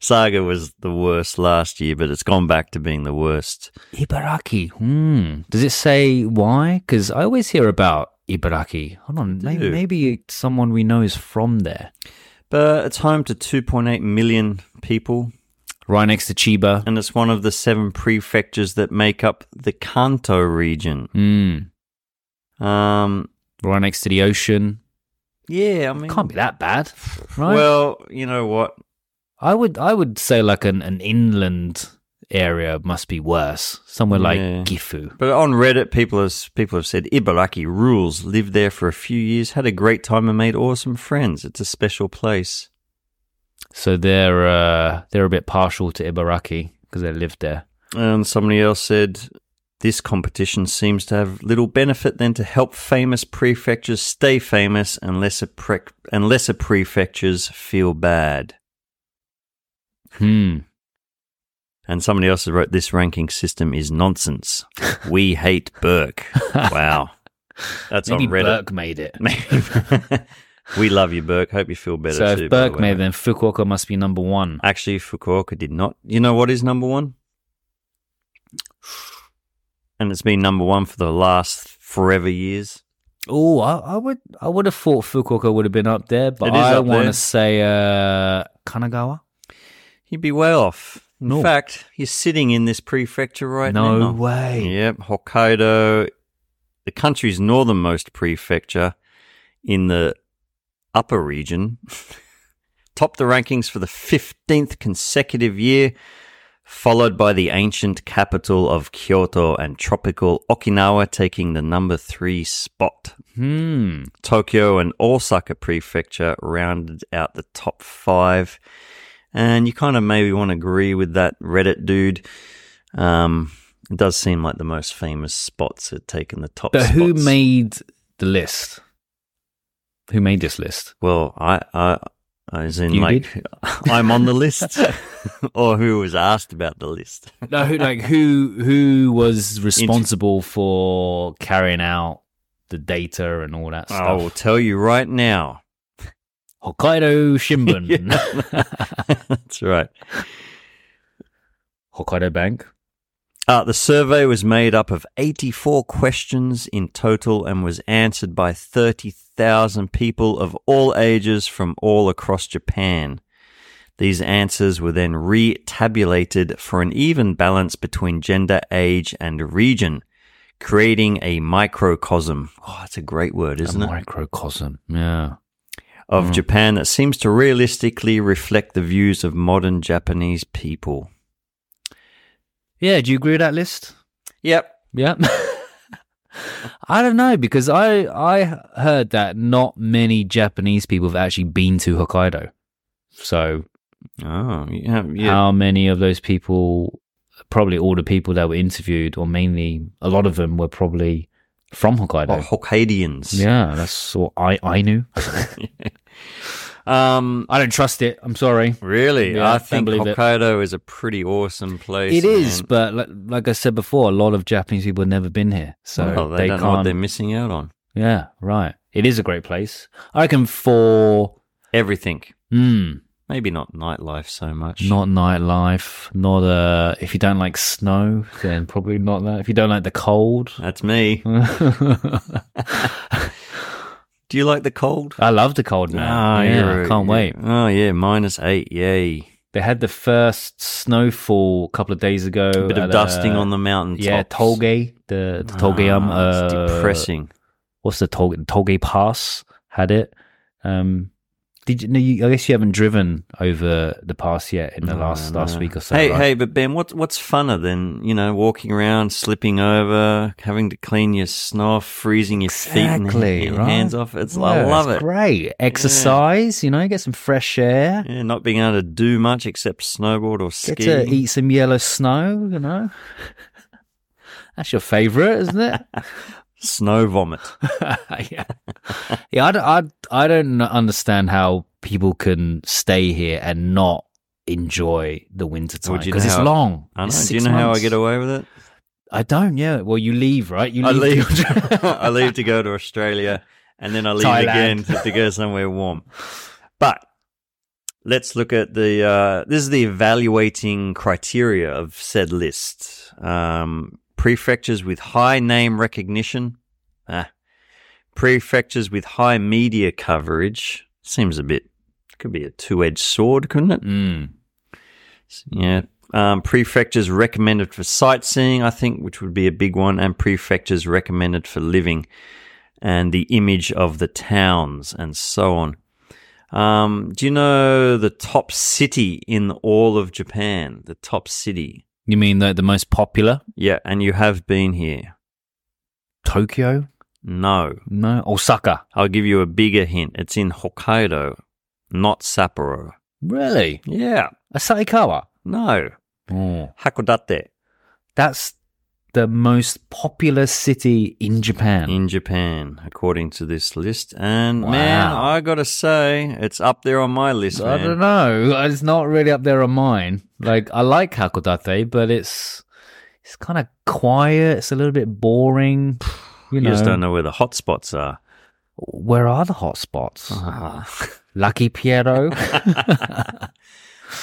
E: Saga was the worst last year, but it's gone back to being the worst.
D: Ibaraki. Hmm. Does it say why? Because I always hear about Ibaraki. Hold on. may-
E: do.
D: maybe someone we know is from there.
E: But it's home to 2.8 million people,
D: Right next to Chiba.
E: and it's one of the seven prefectures that make up the Kanto region.
D: Hmm.
E: Um,
D: Right next to the ocean.
E: yeah, I mean,
D: Can't be that bad, right?
E: well, you know what?
D: I would I would say like an, an inland area must be worse. Somewhere like
E: Yeah.
D: Gifu.
E: But on Reddit, people has people have said Ibaraki rules. Lived there for a few years, had a great time, and made awesome friends. It's a special place.
D: So they're uh, they're a bit partial to Ibaraki because they lived there.
E: And somebody else said this competition seems to have little benefit than to help famous prefectures stay famous, and lesser pre- and lesser prefectures feel bad.
D: Hmm.
E: And somebody else has wrote this ranking system is nonsense. We hate Burke. Wow, that's
D: Maybe
E: on Reddit.
D: Burke made it.
E: we love you, Burke. Hope you feel better
D: so
E: too.
D: if
E: by the
D: Burke
E: way.
D: made it, then Fukuoka must be number one.
E: Actually, Fukuoka did not. You know what is number one? And it's been number one for the last forever years.
D: Oh, I, I would I would have thought Fukuoka would have been up there, but
E: It is
D: I
E: up
D: want to
E: there.
D: say uh, Kanagawa.
E: He'd be way off. In
D: No.
E: fact, you're sitting in this prefecture right
D: no
E: now.
D: way.
E: Yep, Hokkaido, the country's northernmost prefecture in the upper region, topped the rankings for the 15th consecutive year, followed by the ancient capital of Kyoto and tropical Okinawa taking the number three spot.
D: Hmm.
E: Tokyo and Osaka prefecture rounded out the top five. And you kind of maybe want to agree with that Reddit dude. Um, it does seem like the most famous spots had taken the top
D: But who
E: spots.
D: made the list? Who made this list?
E: Well, I, I, as in,
D: You
E: like, I'm on the list, or who was asked about the list.
D: No, who, like who who was responsible for carrying out the data and all that
E: I will
D: stuff?
E: tell you right now.
D: Oh. Hokkaido Shimbun,
E: That's right.
D: Hokkaido Bank.
E: Uh, the survey was made up of 84 questions in total and was answered by 30,000 people of all ages from all across Japan. These answers were then re tabulated for an even balance between gender, age, and region, creating a microcosm. Oh, that's a great word, isn't
D: a Mm.
E: it?
D: microcosm. Yeah.
E: Of Japan that seems to realistically reflect the views of modern Japanese people.
D: Yeah, do you agree with that list?
E: Yep.
D: Yeah. I don't know because I I heard that not many Japanese people have actually been to Hokkaido. So
E: Oh, yeah. yeah.
D: how many of those people probably all the people that were interviewed or mainly a lot of them were probably from Hokkaido.
E: Well, Hokkaidians.
D: Yeah, that's what I I knew.
E: Um,
D: I don't trust it. I'm sorry.
E: really,
D: Yeah,
E: I
D: I
E: think
D: believe it.
E: Hokkaido is a pretty awesome place.
D: It is,
E: man.
D: but like, like I said before, a lot of Japanese people have never been here, so
E: Well, Oh, they,
D: they,
E: don't know what
D: can't.
E: they're missing out on.
D: yeah, right. It is a great place. I reckon for
E: Everything.
D: mm,
E: Maybe not nightlife so much.
D: not nightlife, not uh, if you don't like snow, then probably not that. If you don't like the cold,
E: That's me. Do you like the cold?
D: I love the cold man.
E: Ah,
D: Uh, yeah,
E: you're
D: I
E: a-
D: can't wait.
E: Oh yeah, minus eight. Yay!
D: They had the first snowfall a couple of days ago.
E: A bit of dusting on the mountain.
D: uh, yeah
E: tops.
D: Tolgay, the, the Tolgay um,
E: Ah, it's
D: uh,
E: depressing.
D: what's the Tol- Tolgate Pass had it. Um, did you, no, you? I guess you haven't driven over the pass yet in the
E: No,
D: last
E: no.
D: last week or so.
E: Hey,
D: right?
E: hey, but Ben, what's what's funner than you know walking around, slipping over, having to clean your snoff, freezing your
D: Exactly,
E: feet and
D: right?
E: hands off? It's I
D: Yeah,
E: love
D: it's
E: it.
D: Great exercise, you know, get some fresh air,
E: Yeah, not being able to do much except snowboard or
D: get
E: ski.
D: to eat some yellow snow. You know, that's your favorite, isn't it?
E: Snow vomit.
D: yeah, yeah. I don't, I, I don't understand how people can stay here and not enjoy the winter time
E: Well, do you
D: because
E: know
D: it's
E: how-
D: long.
E: I know.
D: It's
E: Do you
D: six
E: know how I
D: months.
E: get away with it?
D: I don't. Yeah. Well, you leave, right? You
E: I
D: leave.
E: leave. I leave to go to Australia, and then I leave
D: Thailand.
E: again to, to go somewhere warm. But let's look at the. Uh, this is the evaluating criteria of said list. Um, prefectures with high name recognition. Ah, prefectures with high media coverage seems a bit. Could be a two-edged sword, couldn't it?
D: Mm.
E: Yeah. Um, prefectures recommended for sightseeing, I think, which would be a big one, and prefectures recommended for living, and the image of the towns, and so on. Um, do you know the top city in all of Japan? The top city.
D: You mean the the most popular?
E: Yeah, and you have been here.
D: Tokyo?
E: No.
D: No. Osaka.
E: I'll give you a bigger hint. It's in Hokkaido, not Sapporo.
D: Really?
E: Yeah.
D: Asahikawa.
E: No.
D: Oh.
E: Hakodate
D: That's the most popular city in Japan.
E: in Japan, according to this list. And man,
D: Wow.
E: I gotta say, it's up there on my list,
D: I
E: man.
D: don't know. It's not really up there on mine. Like I like Hakodate, but it's it's kind of quiet. It's a little bit boring. You,
E: You
D: know,
E: just don't know where the hot spots are.
D: where are the hot spots?
E: Uh-huh.
D: Ah. Lucky Piero.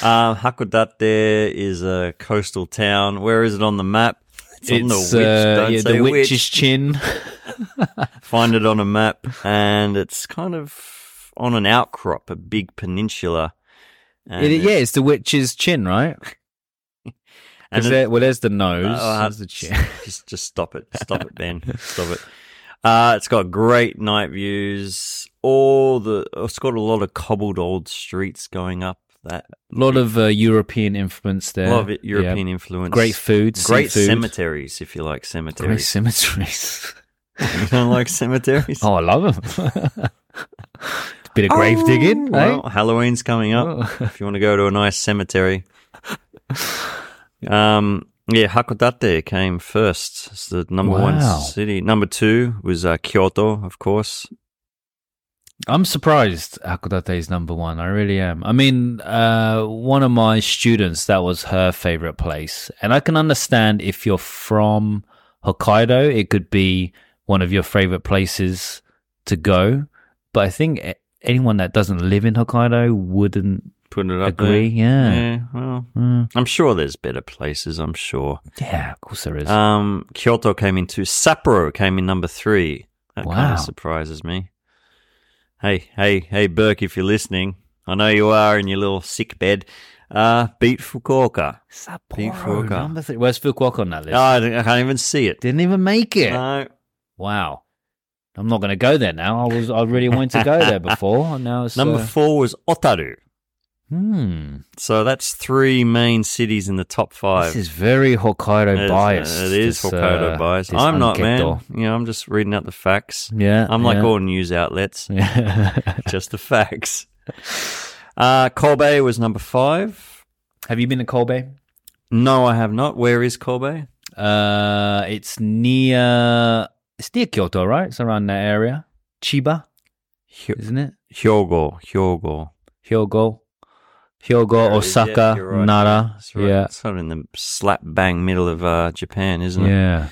E: Um, Hakodate is a coastal town. Where is it on the map? It's, on the witch.
D: uh,
E: Don't
D: yeah,
E: say
D: the
E: witch.
D: witch's chin.
E: Find it on a map, and it's kind of on an outcrop, a big peninsula. And
D: It, yeah, it's the witch's chin, right? 'Cause
E: And
D: there- well, there's the nose.
E: Oh,
D: there's the chin.
E: Just, just stop it. Stop it, Ben. Stop it. Uh, it's got great night views. All the it's got a lot of cobbled old streets going up. That
D: A lot of uh, European influence there.
E: a lot of
D: Yeah.
E: European influence.
D: Great food.
E: Great
D: seafood,
E: cemeteries, if you like
D: Great
E: cemeteries.
D: cemeteries.
E: you don't like cemeteries?
D: oh, I love them. Bit of grave digging,
E: Oh, Well,
D: eh?
E: Halloween's coming up.
D: Oh.
E: If you want to go to a nice cemetery. um, yeah, Hakodate came first. It's the number
D: Wow.
E: one city. Number two was uh, Kyoto, of course.
D: I'm surprised Hakodate is number one. I really am. I mean, uh, one of my students, that was her favorite place. And I can understand if you're from Hokkaido, it could be one of your favorite places to go. But I think a- anyone that doesn't live in Hokkaido wouldn't.
E: Putting it up
D: Agree,
E: there.
D: yeah.
E: Yeah, well,
D: Mm,
E: I'm sure there's better places, I'm sure.
D: yeah, of course there is.
E: Um, Kyoto came in two. Sapporo came in number three. That kind
D: Wow.
E: of surprises me. Hey, hey, hey, Burke, if you're listening, I know you are in your little sick bed. Uh, beat Fukuoka. Pete
D: Sapporo,
E: Fukuoka.
D: number three. Where's Fukuoka on that list?
E: Oh, I don't- I can't even see it. Uh,
D: Didn't even make it.
E: No.
D: Wow. I'm not going to go there now. I was I really wanted to go there before. And now it's
E: Number
D: uh,
E: four was Otaru.
D: Hmm.
E: So that's three main cities in the top five.
D: This is very Hokkaido
E: It's-
D: biased.
E: It is
D: this,
E: Hokkaido
D: uh,
E: bias.
D: this
E: I'm not, man.
D: Anketo.
E: You know, I'm just reading out the facts.
D: Yeah.
E: I'm like
D: yeah.
E: all news outlets, just the facts. Uh, Kobe was number five.
D: Have you been to Kobe?
E: No, I have not. Where is Kobe?
D: Uh, it's near it's near Kyoto, right? It's around that area. Chiba,
E: Hy-
D: isn't it?
E: Hyogo. Hyogo.
D: Hyogo, Hyogo,
E: There it is. Yeah,
D: Oh, Osaka,
E: you're right.
D: Nara.
E: It's right-
D: Yeah,
E: It's sort of in the slap bang middle of uh, Japan, isn't it?
D: yeah.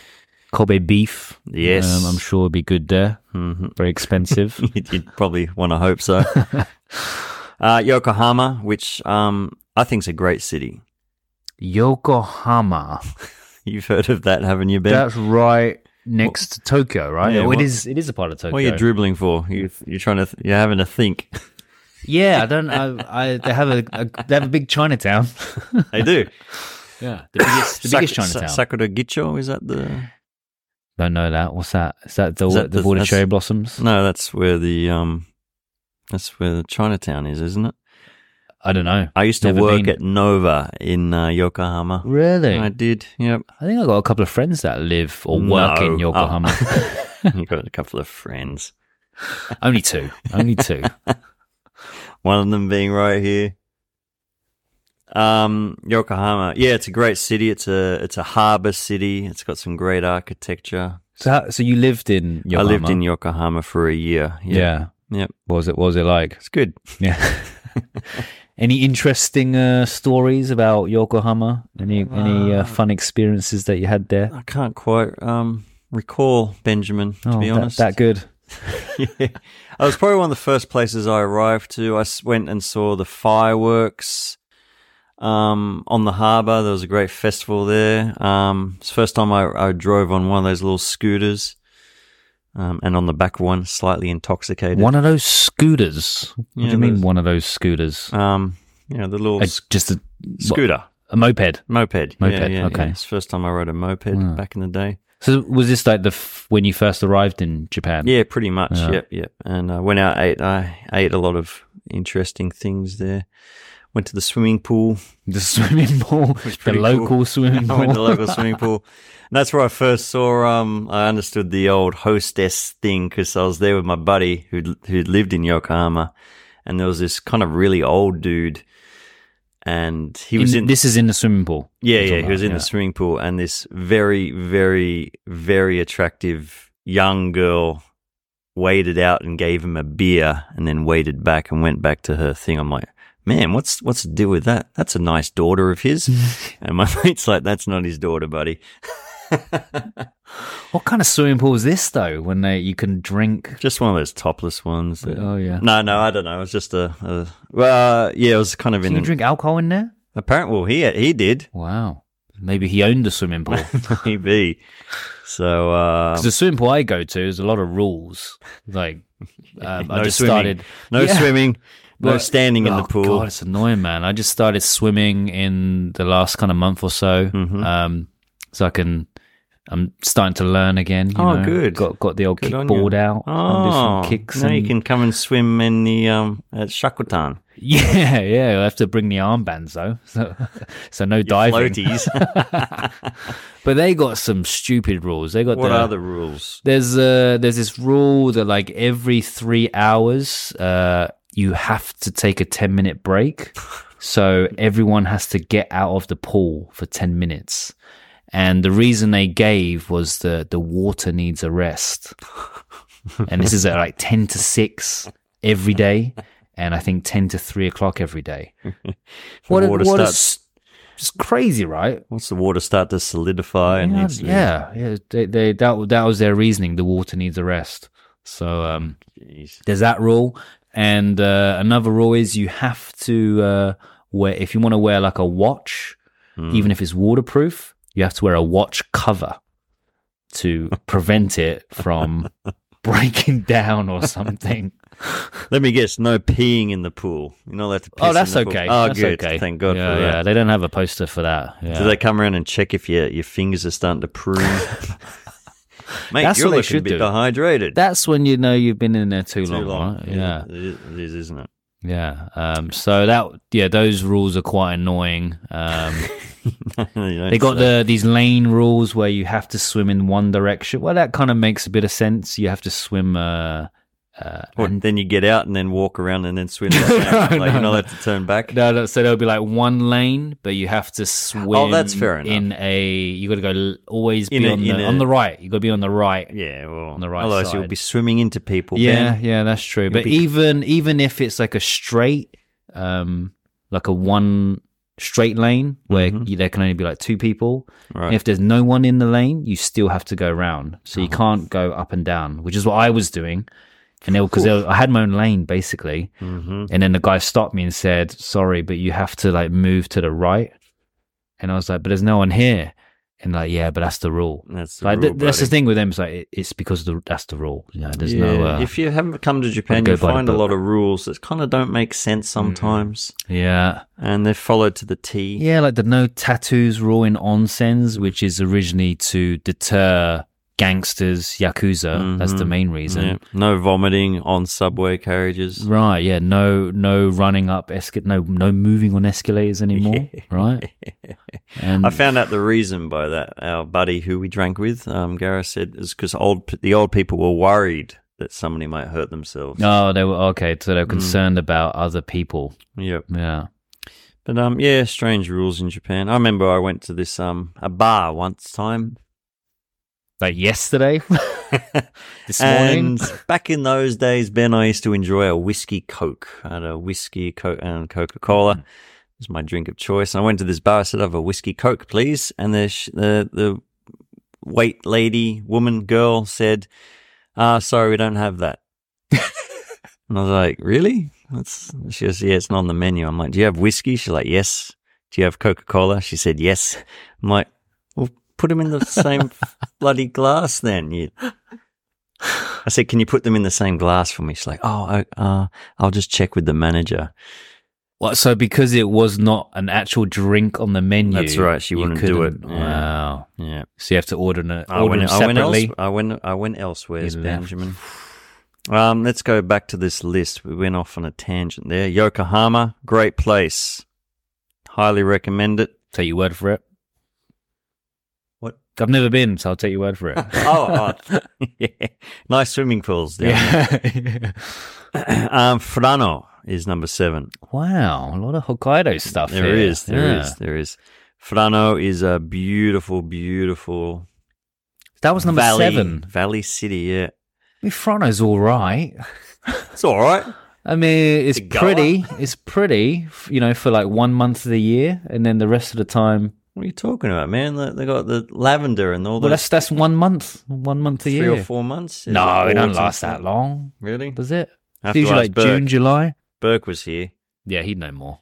D: Kobe beef.
E: Yes.
D: um, I'm sure it'd be good there.
E: hmm
D: Very expensive.
E: You'd you'd probably want to hope so. uh, Yokohama, which um, I think's a great city.
D: Yokohama.
E: You've heard of that, haven't you, Ben?
D: That's right next to Tokyo, right?
E: Yeah,
D: oh,
E: what-
D: it is. It is a part of Tokyo.
E: what are you dribbling for? You, you're trying to. Th- you're having to think.
D: Yeah, I don't. I, I they have a, a they have a big Chinatown.
E: They do.
D: yeah, the biggest, the biggest
E: Sak-
D: Chinatown.
E: Sa- Sakura Gicho is that the?
D: don't know that. What's that? Is that the
E: Is that
D: the,
E: the-
D: Board of
E: that's-
D: Cherry Blossoms?
E: No, that's where the um, that's where the Chinatown is, isn't it?
D: I don't know.
E: I used to
D: Never
E: work
D: been.
E: at Nova in uh, Yokohama.
D: Really?
E: I
D: I,
E: did. Yep.
D: think I got a couple of friends that live or work
E: No. Oh.
D: in Yokohama.
E: you got a couple of friends.
D: Only two. Only two.
E: One of them being right here. Um, Yokohama. Yeah, it's a great city. It's a it's a harbour city. It's got some great architecture.
D: So how, so you lived in Yokohama.
E: I lived in Yokohama for a year.
D: Yeah.
E: Yep.
D: What was it? What was it like?
E: It's good.
D: Yeah. any interesting uh, stories about Yokohama? Any any uh, fun experiences that you had there?
E: I can't quite um recall Benjamin to
D: oh,
E: be
D: that-
E: honest.
D: that good.
E: yeah. I was probably one of the first places I arrived to. I s- went and saw the fireworks um, on the harbour. There was a great festival there. Um, it's the first time I, I drove on one of those little scooters um, and on the back one, slightly intoxicated.
D: One of those scooters. What
E: Yeah,
D: do you mean,
E: those-
D: one of those scooters?
E: Um, you know, the little
D: A-
E: sc-
D: just a,
E: scooter.
D: a moped.
E: Moped. Yeah,
D: Moped,
E: yeah,
D: okay.
E: Yeah. It's the first time I rode a moped
D: Wow.
E: back in the day.
D: So was this like the f- when you first arrived in Japan?
E: Yeah, pretty much.
D: Yeah.
E: Yep, yep. And uh, when I ate, I ate a lot of interesting things there. Went to the swimming pool.
D: the swimming pool,
E: was
D: the
E: pretty
D: local
E: cool.
D: swimming
E: I
D: pool.
E: went to the local swimming pool. And that's where I first saw. Um, I understood the old hostess thing because I was there with my buddy who who lived in Yokohama, and there was this kind of really old dude, and he was in,
D: This is in the swimming pool.
E: yeah
D: You're
E: yeah
D: talking
E: he was
D: about,
E: in the swimming pool, and this very very very attractive young girl waded out and gave him a beer, and then waded back and went back to her thing. I'm like. Man, what's what's the deal with that? That's a nice daughter of his. and my mate's like, that's not his daughter, buddy.
D: What kind of swimming pool is this though? When they you can drink.
E: Just one of those topless ones. that-
D: Oh yeah.
E: No, no, I don't know. It was just a, a well, uh, yeah, it was kind of
D: Can
E: in
D: you
E: an,
D: drink alcohol in there?
E: apparent. Well, he he did
D: Wow. Maybe he owned the swimming pool.
E: maybe. So uh,
D: 'Cause the swimming pool I go to is a lot of rules. Like um, I
E: No
D: just
E: swimming.
D: started.
E: no
D: Yeah.
E: swimming, No
D: Well,
E: standing in
D: oh,
E: the pool.
D: God, it's annoying, man. I just started swimming in the last kind of month or so,
E: Mm-hmm.
D: um, so I can. I'm starting to learn again. you
E: Oh,
D: know.
E: good.
D: Got got the old
E: Good on
D: kickboard
E: you.
D: out. I'll do
E: Oh,
D: some kicks.
E: now
D: and,
E: you can come and swim in the um at Shakutan.
D: Yeah, yeah. I have to bring the armbands though, so, so no diving.
E: Floaties.
D: But they got some stupid rules. They got
E: what
D: the,
E: are the rules?
D: there's uh there's this rule that like every three hours uh you have to take a 10 minute break so everyone has to get out of the pool for 10 minutes and the reason they gave was the the water needs a rest and this is at like 10 to 6 every day and i think 10 to 3 o'clock every day what, a-
E: water
D: what a
E: starts-
D: s- it's crazy right
E: Once the water start to solidify and
D: yeah,
E: needs to-
D: yeah, yeah. They, they that w- that was their reasoning. The water needs a rest. So um,
E: Jeez.
D: there's that rule, and uh, another rule is you have to uh, wear if you want to wear like a watch,
E: Hmm.
D: even if it's waterproof, you have to wear a watch cover to prevent it from breaking down or something.
E: Let me guess, no peeing in the pool. You're not allowed to piss
D: oh,
E: in
D: that's
E: the pool.
D: okay.
E: Oh,
D: that's
E: good.
D: Okay.
E: Thank God
D: yeah,
E: for that.
D: Yeah, they don't have a poster for that. Yeah.
E: Do they come around and check if your your fingers are starting to prune? Mate,
D: That's
E: you're
D: what they
E: looking a
D: should
E: bit
D: do.
E: dehydrated.
D: that's when you know you've been in there too,
E: Too
D: long,
E: long.
D: right? Yeah.
E: It is, it is, isn't it?
D: Yeah. Um, so that yeah, those rules are quite annoying. Um,
E: You don't
D: they got
E: say.
D: the these lane rules where you have to swim in one direction. Well, that kind of makes a bit of sense. You have to swim. Uh,
E: Or then you get out and then walk around and then swim. back out. like you're not allowed to turn back.
D: no, no, so there'll be like one lane, but you have to swim.
E: that's fair enough.
D: In a you got to go l- always
E: In
D: be
E: a-
D: on
E: in
D: the
E: a-
D: on the right. You got to be on the right.
E: Yeah, well,
D: the right
E: otherwise
D: side.
E: you'll be swimming into people.
D: Yeah,
E: Ben.
D: yeah, that's true. But
E: be-
D: even even if it's like a straight, um, like a one straight lane where you, there can only be like two people.
E: Right.
D: If there's no one in the lane, you still have to go round. So
E: Uh-huh.
D: you can't go up and down, which is what I was doing. And because I had my own lane basically,
E: Mm-hmm.
D: and then the guy stopped me and said, "Sorry, but you have to like move to the right." And I was like, "But there's no one here." And like, yeah, but that's the rule.
E: That's the
D: like
E: rule,
D: th- that's the
E: buddy.
D: thing with them. It's like it, it's because the, that's the rule. You know, there's no.
E: Yeah,
D: Uh,
E: if you haven't come to Japan,
D: go
E: you
D: by the
E: find a
D: book.
E: lot of rules that kind of don't make sense sometimes,
D: Yeah.
E: and they're followed to the T.
D: Yeah, like the no tattoos rule in onsens, which is originally to deter gangsters, yakuza. That's the main reason.
E: Mm-hmm. Yeah. No vomiting on subway carriages.
D: Right, yeah, no no running up esca- no no moving on escalators anymore, right? And
E: I found out the reason by that. Our buddy who we drank with, um, Gareth, said is because old p- the old people were worried that somebody might hurt themselves.
D: oh, they were okay, so
E: Hmm.
D: they were concerned about other people.
E: Yep.
D: Yeah.
E: But um, yeah, strange rules in Japan. I remember I went to this um a bar once time
D: Like yesterday, this morning.
E: And back in those days, Ben, I used to enjoy a whiskey coke. I had a whiskey coke and Coca Cola.
D: Mm-hmm.
E: It was my drink of choice. And I went to this bar. I said, "I have a whiskey coke, please." And the sh- the the wait lady, woman, girl said, "Ah, sorry, we don't have that." and I was like, "Really?" That's, she goes, "Yeah, it's not on the menu." I'm like, "Do you have whiskey?" She's like, "Yes." Do you have Coca Cola? She said, "Yes." I'm like, "Well, put them in the same bloody glass, then you I said, "Can you put them in the same glass for me?" She's like, "Oh, I, uh, I'll just check with the manager."
D: What, so because it was not an actual drink on the menu,
E: That's right, she
D: you
E: wouldn't do it,
D: couldn't-
E: yeah.
D: Wow.
E: Yeah,
D: So you have to order, an, order
E: I went.
D: them
E: I went, else,
D: separately.
E: I went. I went elsewhere,
D: You left.
E: Benjamin. Um, let's go back to this list. We went off on a tangent there. Yokohama, great place. Highly recommend it.
D: Take your word for it.
E: What?
D: I've never been, so I'll take your word for it.
E: Oh, oh yeah. nice swimming pools down
D: yeah.
E: there. Um, Furano is number seven.
D: wow, a lot of Hokkaido stuff.
E: There
D: here.
E: is, there is,
D: Yeah.
E: there is. Furano is a beautiful, beautiful
D: That was number
E: valley,
D: seven.
E: Valley City, yeah.
D: I mean, Frano's all right.
E: It's all right.
D: I mean, it's
E: The Goa?
D: pretty. It's pretty, f- you know, for like one month of the year, and then the rest of the time.
E: What are you talking about, man? They- They got the lavender and all
D: Well, that's
E: those
D: that's one month. One month a
E: three
D: year.
E: or four months. Is
D: No, it don't
E: autumn?
D: last that long,
E: Really?
D: does it? It's
E: Have to
D: usually
E: ask
D: like
E: Burke.
D: June, July.
E: Burke was here,
D: Yeah, he'd know more.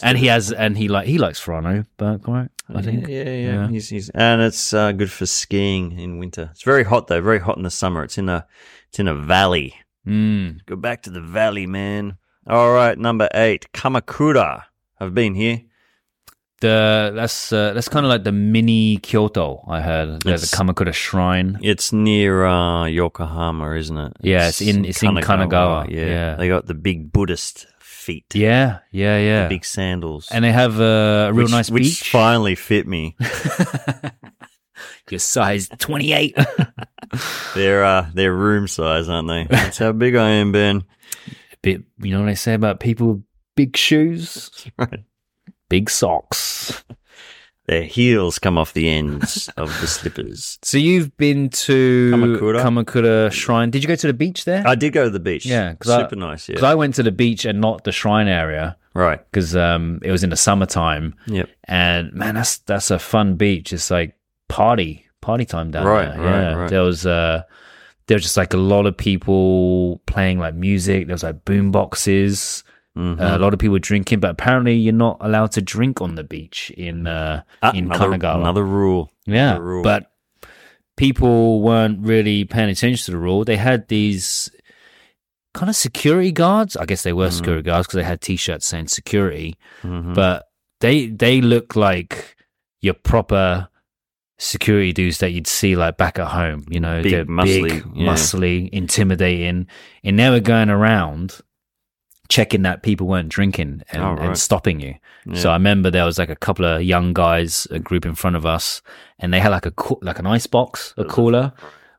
D: And he has, and he like he likes Frano, Burke, right? I think.
E: Yeah, yeah,
D: Yeah.
E: He's, he's, and it's uh, good for skiing in winter. It's very hot though. Very hot in the summer. It's in a, it's in a valley.
D: Mm.
E: Go back to the valley, man. All right, number eight, Kamakura. I've been here.
D: The that's uh, that's kind of like the mini Kyoto. I heard there's
E: Yes.
D: a Kamakura shrine.
E: It's near uh, Yokohama, isn't it?
D: Yeah, it's in- it's in Kanagawa, yeah.
E: they got the big Buddhist feet.
D: Yeah, yeah, yeah.
E: the big sandals.
D: and they have uh, a real
E: which,
D: nice
E: which
D: beach.
E: finally fit me.
D: Your size twenty eight.
E: They're uh, they're room size, aren't they? That's how big I am, Ben.
D: Bit, you know what they say about people with big shoes,
E: Right.
D: big socks.
E: Their heels come off the ends of the slippers.
D: So you've been to
E: Kamakura.
D: Kamakura Shrine. Did you go to the beach there?
E: I did go to the beach.
D: Yeah, 'cause I-
E: super nice. Yeah,
D: Because I went to the beach and not the shrine area
E: right.
D: because um, it was in the summertime.
E: Yep.
D: And man, that's that's a fun beach. It's like party party time down
E: Right,
D: there.
E: right,
D: yeah,
E: right.
D: there was uh, there was just like a lot of people playing like music. There was like boom boxes.
E: Mhm.
D: Uh, a lot of people were drinking, but apparently you're not allowed to drink on the beach in uh,
E: Ah,
D: in
E: another,
D: Kanagawa.
E: another rule.
D: Yeah,
E: the rule.
D: but people weren't really paying attention to the rule. They had these kind of security guards. I guess they
E: Mm.
D: were security guards because they had T-shirts saying security,
E: Mhm.
D: but they they look like your proper security dudes that you'd see like back at home. You know,
E: Big,
D: they're big,
E: muscly, yeah.
D: muscly, intimidating, and they were going around checking that people weren't drinking and,
E: Oh,
D: and
E: right.
D: stopping you. So
E: Yeah.
D: I remember there was like a couple of young guys, a group in front of us, and they had like a coo- like an ice box, a cooler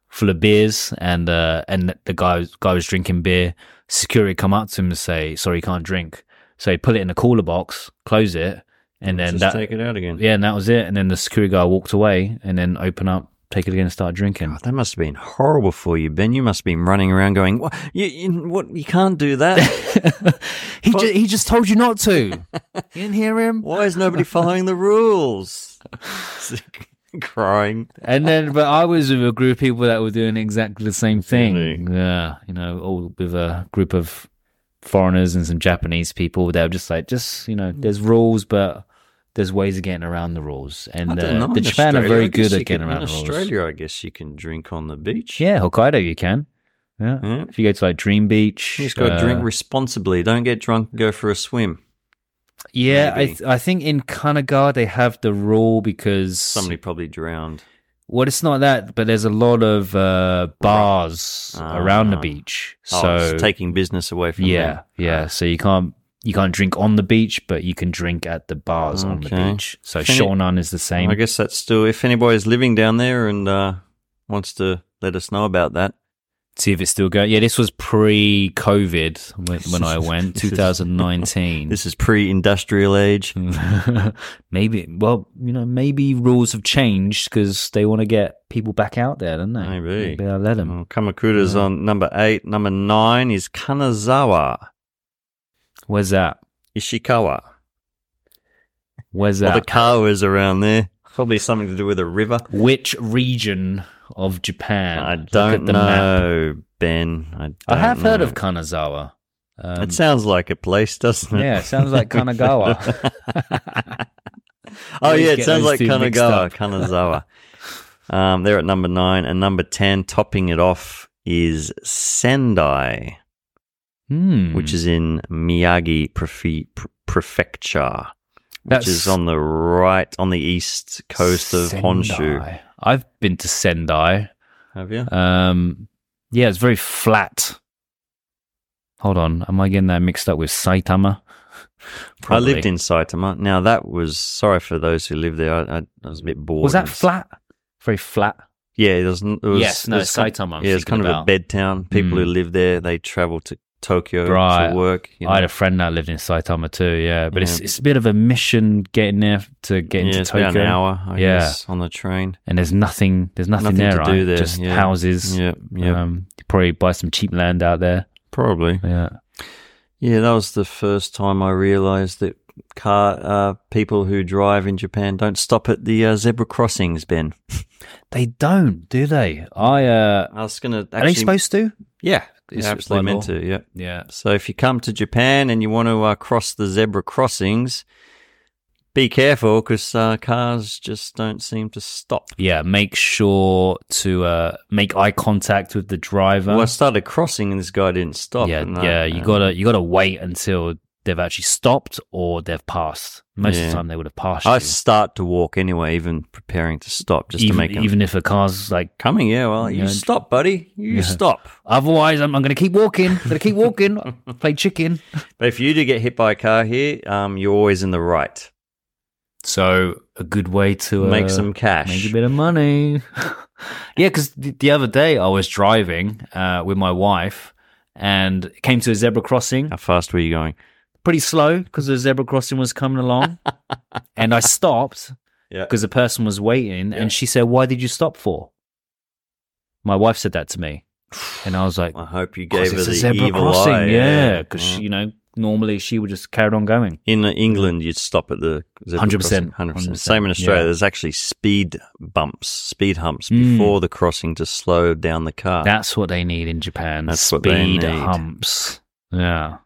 D: full of beers, and uh, and the guy was- guy was drinking beer. Security come up to him and say, "Sorry, you can't drink." So he put it in the cooler box, close it, and then
E: Just
D: that
E: take it out again.
D: yeah, and that was it. And then the security guy walked away, and then open up, take it again, and start drinking.
E: Oh, that must have been horrible for you, Ben. You must have been running around going, "What? You, you, what? you can't do that.
D: he ju- he just told you not to. you didn't hear him.
E: Why is nobody following the rules?" Crying.
D: And then, but I was with a group of people that were doing exactly the same thing.
E: Really?
D: Yeah, you know, all with a group of foreigners and some Japanese people. They were just like, just you know, there's
E: Hmm.
D: rules, but there's ways of getting around the rules.
E: I
D: And
E: don't
D: uh,
E: know,
D: the
E: in
D: Japan
E: Australia,
D: are
E: I
D: very
E: guess
D: good
E: you
D: at
E: can-
D: getting around
E: In
D: the rules.
E: Australia, I guess you can drink on the beach.
D: Yeah, Hokkaido, you can. Yeah.
E: Yeah.
D: If you go to like Dream Beach,
E: Hmm. You just got to drink
D: uh,
E: responsibly. Don't get drunk and go for a swim.
D: yeah, I
E: maybe.
D: th- I think in Kanagawa they have the rule because
E: Somebody probably drowned.
D: Well, it's not that, but there's a lot of uh, bars
E: Ah.
D: around the beach.
E: Oh,
D: so
E: it's taking business away from
D: yeah,
E: them.
D: yeah. So you can't you can't drink on the beach, but you can drink at the bars on the
E: Okay.
D: beach. So
E: Can it-
D: Shonan is the same.
E: I guess that's still, if anybody's living down there and uh, wants to let us know about that.
D: See if it's still going. Yeah, this was pre-COVID when, when I went,
E: This is-
D: 2019.
E: This is pre industrial age.
D: maybe, well, you know, maybe rules have changed because they want to get people back out there, don't they?
E: Maybe.
D: maybe I'll let them.
E: Well, Kamakura's on number eight. Number nine is Kanazawa
D: Where's that?
E: Ishikawa.
D: Where's
E: Well,
D: that?
E: the Kawa's around there. Probably something to do with a river.
D: Which region of Japan?
E: I
D: Look
E: don't
D: at the map.
E: know, Ben. I,
D: I
E: don't
D: have heard
E: know.
D: of Kanazawa. Um,
E: it sounds like a place, doesn't it?
D: yeah, it sounds like Kanagawa.
E: Oh
D: Always
E: yeah, it
D: get
E: sounds
D: those
E: like
D: two mixed
E: Kanagawa,
D: up.
E: Kanazawa. um, they're at number nine, and number ten, topping it off is Sendai,
D: Hmm.
E: which is in Miyagi prefe- pr- Prefecture,
D: That's
E: which is on the right on the east coast of Honshu.
D: Sendai. I've been to Sendai.
E: Have you?
D: Um, yeah, it's very flat. Hold on, am I getting that mixed up with Saitama?
E: I lived in Saitama. Now that was sorry for those who lived there. I, I, I was a bit bored.
D: Was that
E: and-
D: flat? Very flat.
E: Yeah, it was. It was
D: Yes, no,
E: it was kind-
D: Saitama I'm
E: yeah, it's
D: thinking
E: kind of a
D: about. Hmm.
E: bed town. People who live there, they travel to Tokyo
D: Right.
E: to work. You know.
D: I had a friend that lived in Saitama too. Yeah, but it's
E: Yeah.
D: it's a bit of a mission getting there to get
E: yeah,
D: into
E: it's
D: Tokyo.
E: about an hour, I
D: Yeah.
E: guess, on the train.
D: and there's nothing there's nothing,
E: Nothing
D: there,
E: to
D: right?
E: do there,
D: Just
E: yeah.
D: houses.
E: Yeah, yeah,
D: Um, you probably buy some cheap land out there.
E: probably.
D: Yeah.
E: Yeah, that was the first time I realised that car uh, people who drive in Japan don't stop at the uh, zebra crossings. Ben,
D: They don't, do they? I uh
E: I was gonna. Actually,
D: are they supposed to?
E: Yeah,
D: It's
E: you're absolutely
D: by
E: meant
D: law.
E: to. Yeah.
D: Yeah.
E: So if you come to Japan and you want to uh, cross the zebra crossings, be careful because uh, cars just don't seem to stop.
D: Yeah, make sure to uh, make eye contact with the driver.
E: Well, I started crossing and this guy didn't stop.
D: yeah,
E: and I-
D: yeah, you gotta you gotta wait until they've actually stopped or they've passed. Most of
E: Yeah.
D: the time, they would have passed.
E: I
D: you.
E: start to walk anyway, even preparing to stop just
D: even,
E: to make him
D: even if a car's like,
E: coming. Yeah, well, you
D: Yeah.
E: stop, buddy. You
D: Yeah.
E: stop.
D: otherwise, I'm, I'm gonna keep walking. Gonna keep walking. Play chicken.
E: But if you do get hit by a car here, um, you're always in the right.
D: So a good way to uh,
E: Make some cash.
D: make a bit of money. yeah, because the, the other day I was driving uh, with my wife and it came to a zebra crossing.
E: How fast were you going?
D: Pretty slow because the zebra crossing was coming along, and I stopped
E: Yeah.
D: because the person was waiting, and she said, "Why did you stop for?" My wife said that to me, and I was like,
E: I hope you
D: "'Cause
E: gave her
D: it's
E: the
D: a zebra
E: evil
D: crossing,
E: eye.
D: yeah." Because
E: Yeah. Mm.
D: you know, normally she would just carry on going.
E: in uh, England, you'd stop at the zebra
D: 100%,
E: crossing. 100%.
D: 100%,
E: Same in Australia.
D: yeah.
E: There's actually speed bumps, speed humps
D: Mm.
E: before the crossing to slow down the car.
D: That's what they need in Japan.
E: Ah. That's what
D: Speed
E: they need.
D: humps. Yeah,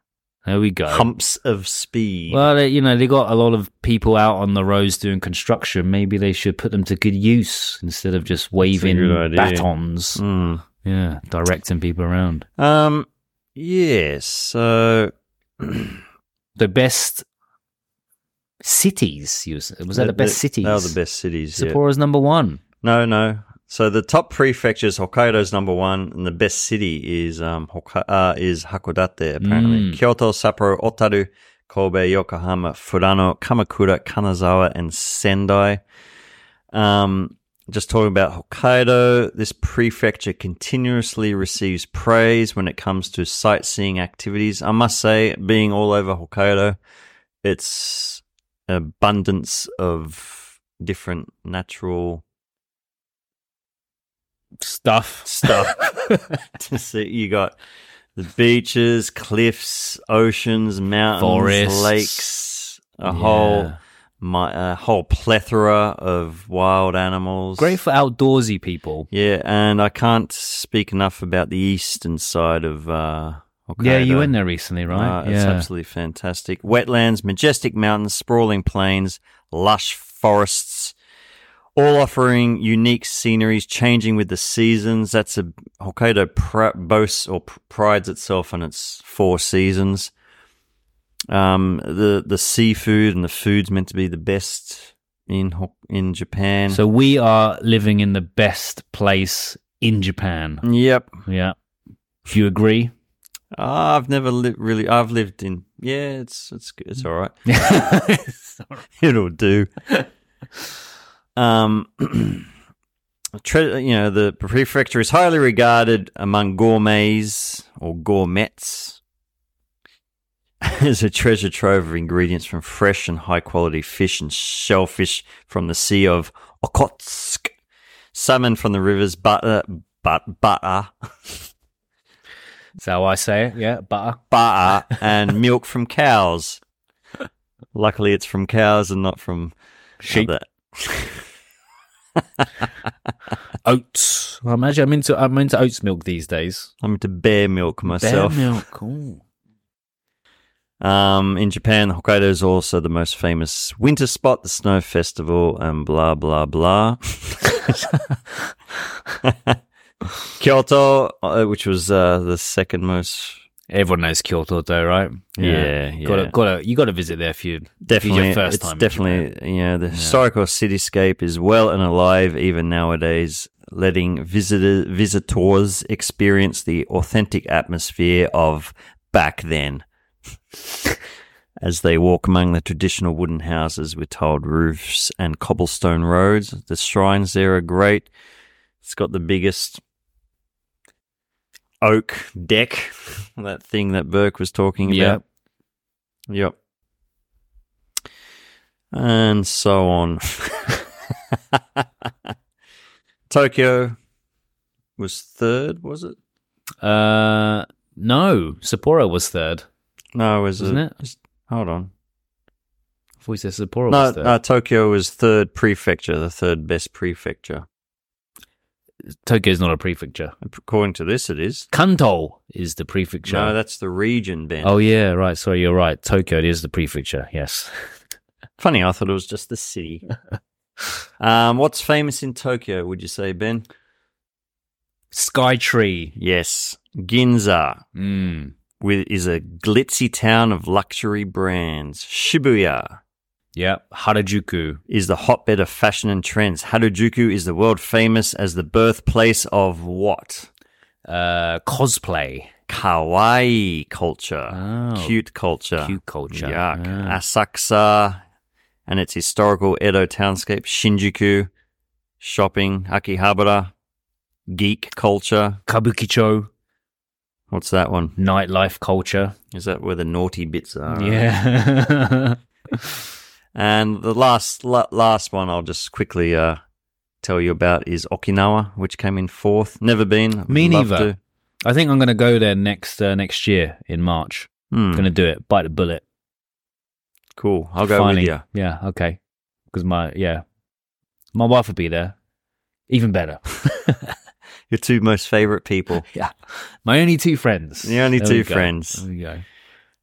D: there we go.
E: Humps of speed.
D: Well, they, you know, they got a lot of people out on the roads doing construction. Maybe they should put them to good use instead of just waving
E: good idea.
D: batons.
E: Mm.
D: Yeah, directing people around.
E: Um. Yes. So
D: The best cities. You s- was that the, best cities?
E: They are the best cities. yeah.
D: Sapporo's number one.
E: No, no. So the top prefecture is Hokkaido's number one, and the best city is um Hokka- uh, is Hakodate. Apparently,
D: Mm.
E: Kyoto, Sapporo, Otaru, Kobe, Yokohama, Furano, Kamakura, Kanazawa, and Sendai. Um, just talking about Hokkaido, this prefecture continuously receives praise when it comes to sightseeing activities. I must say, being all over Hokkaido, it's abundance of different natural
D: Stuff.
E: stuff to see. You got the beaches, cliffs, oceans, mountains,
D: Forests.
E: lakes, a whole
D: Yeah.
E: my, a whole plethora of wild animals.
D: Great for outdoorsy people.
E: yeah, and I can't speak enough about the eastern side of uh, Hokkaido.
D: Yeah, you went there recently, right?
E: Uh, It's absolutely fantastic. Wetlands, majestic mountains, sprawling plains, lush forests, all offering unique sceneries, changing with the seasons. That's a Hokkaido pr- boasts or pr- prides itself on its four seasons. Um, the the seafood and the food's meant to be the best in Hok- in Japan.
D: So we are living in the best place in Japan.
E: yep,
D: Yeah. If you agree.
E: I've never li- really. I've lived in. Yeah, it's it's good.
D: Mm.
E: it's all right. It'll do. um, tre- you know, the prefecture is highly regarded among gourmets or gourmets as a treasure trove of ingredients from fresh and high quality fish and shellfish from the sea of Okhotsk, salmon from the rivers, butter, but butter,
D: That's how I say it. Yeah, butter.
E: butter, and milk from cows. Luckily, it's from cows and not from
D: Sheep.
E: other-
D: Oats. I imagine I'm into I'm into oats milk these days.
E: I'm into bear milk myself.
D: Bear milk. Ooh.
E: Um, in Japan, Hokkaido is also the most famous winter spot, the Snow Festival, and blah blah blah. Kyoto, uh, which was uh, the second most,
D: Everyone knows Kyoto though, right?
E: Yeah, yeah.
D: Gotta gotta you gotta visit there if you
E: definitely
D: if it's your first
E: it's
D: time. in Japan.
E: definitely you know the historical cityscape is well and alive even nowadays, letting visitor visitors experience the authentic atmosphere of back then. As they walk among the traditional wooden houses with tiled roofs and cobblestone roads, the shrines there are great. It's got the biggest oak deck, that thing that Burke was talking about.
D: Yep.
E: Yep. And so on. Tokyo was third, was it?
D: Uh no, Sapporo was third.
E: No, it was
D: Wasn't
E: a-
D: it?
E: just- hold on.
D: I thought you said Sapporo
E: No,
D: was third.
E: no, Tokyo was third prefecture, the third best prefecture.
D: Tokyo's not a prefecture.
E: According to this, it is.
D: Kanto is the prefecture.
E: No, that's the region, Ben.
D: oh yeah, right. Sorry, you're right. Tokyo it is the prefecture. Yes.
E: Funny, I thought it was just the city. um, what's famous in Tokyo, would you say, Ben?
D: Skytree.
E: Yes, Ginza
D: Mm.
E: with, is a glitzy town of luxury brands. Shibuya
D: Yep. Harajuku.
E: is the hotbed of fashion and trends. Harajuku is the world famous as the birthplace of what?
D: Uh, cosplay.
E: Kawaii culture,
D: Oh.
E: Uh, cute culture,
D: Cute culture.
E: Yuck.
D: Ah.
E: Asakusa and its historical Edo townscape, Shinjuku, shopping, Akihabara, geek culture.
D: Kabukicho.
E: What's that one?
D: Nightlife culture.
E: Is that where the naughty bits are?
D: Yeah.
E: And the last la- last one I'll just quickly uh, tell you about is Okinawa, which came in fourth. Never been.
D: Me
E: Love
D: neither.
E: to.
D: I think I'm going to go there next uh, next year in March.
E: Hmm,
D: I'm going to do it. Bite the bullet.
E: cool. I'll go
D: Finally.
E: with you.
D: Yeah. Okay. Because my yeah, my wife would be there. Even better.
E: Your two most favorite people.
D: yeah. My only two friends.
E: The only
D: There
E: two
D: we go.
E: friends.
D: There we go.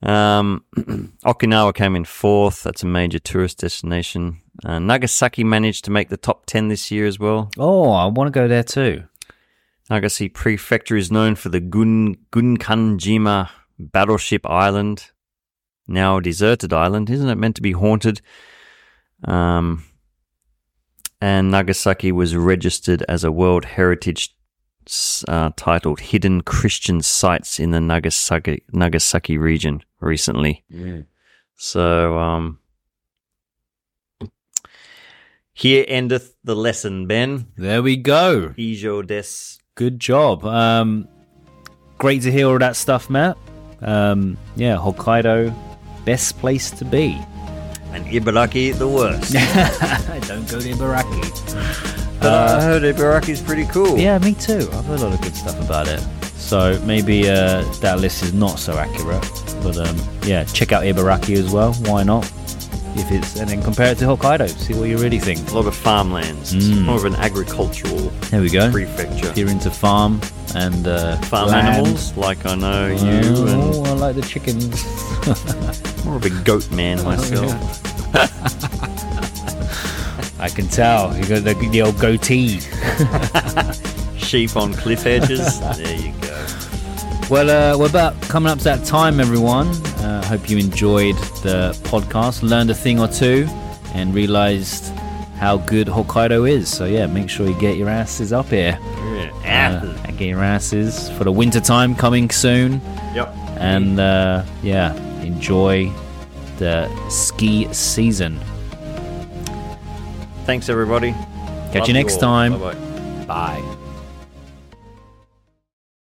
E: Um, Okinawa came in fourth. That's a major tourist destination. Uh, Nagasaki managed to make the top 10 this year as well.
D: Oh, I want to go there too.
E: Nagasaki Prefecture is known for the Gun Gunkanjima battleship island, now a deserted island. Isn't it meant to be haunted? Um, and Nagasaki was registered as a World Heritage s- uh, titled Hidden Christian Sites in the Nagasaki Nagasaki region recently. So um, here endeth the lesson, Ben.
D: There we go.
E: Ijo des.
D: Good job. Um, great to hear all that stuff, Matt. Um, yeah, Hokkaido, best place to be.
E: and Ibaraki the worst.
D: Don't go to Ibaraki.
E: but I heard Ibaraki's pretty cool.
D: Yeah, me too. I've heard a lot of good stuff about it. So maybe uh, that list is not so accurate. But um, yeah, check out Ibaraki as well. Why not? If it's and then compare it to Hokkaido. See what you really think.
E: A lot of farmlands. It's
D: Mm.
E: more of an agricultural
D: There we go.
E: prefecture.
D: If you're into farm and uh,
E: Farm
D: land-
E: animals, like I know you,
D: Oh, I like the chickens.
E: and more of a goat
D: Oh,
E: man myself.
D: I can tell. You got the, the old goatee.
E: Sheep on cliff edges. there you go.
D: Well, uh, we're about coming up to that time, everyone. Uh, hope you enjoyed the podcast, learned a thing or two, and realized how good Hokkaido is. So, yeah, make sure you get your asses up here.
E: Yeah.
D: Uh, get your asses for the winter time coming soon.
E: yep.
D: And, uh, yeah, enjoy the ski season.
E: Thanks everybody.
D: Catch you next time.
E: Bye bye.
D: Bye.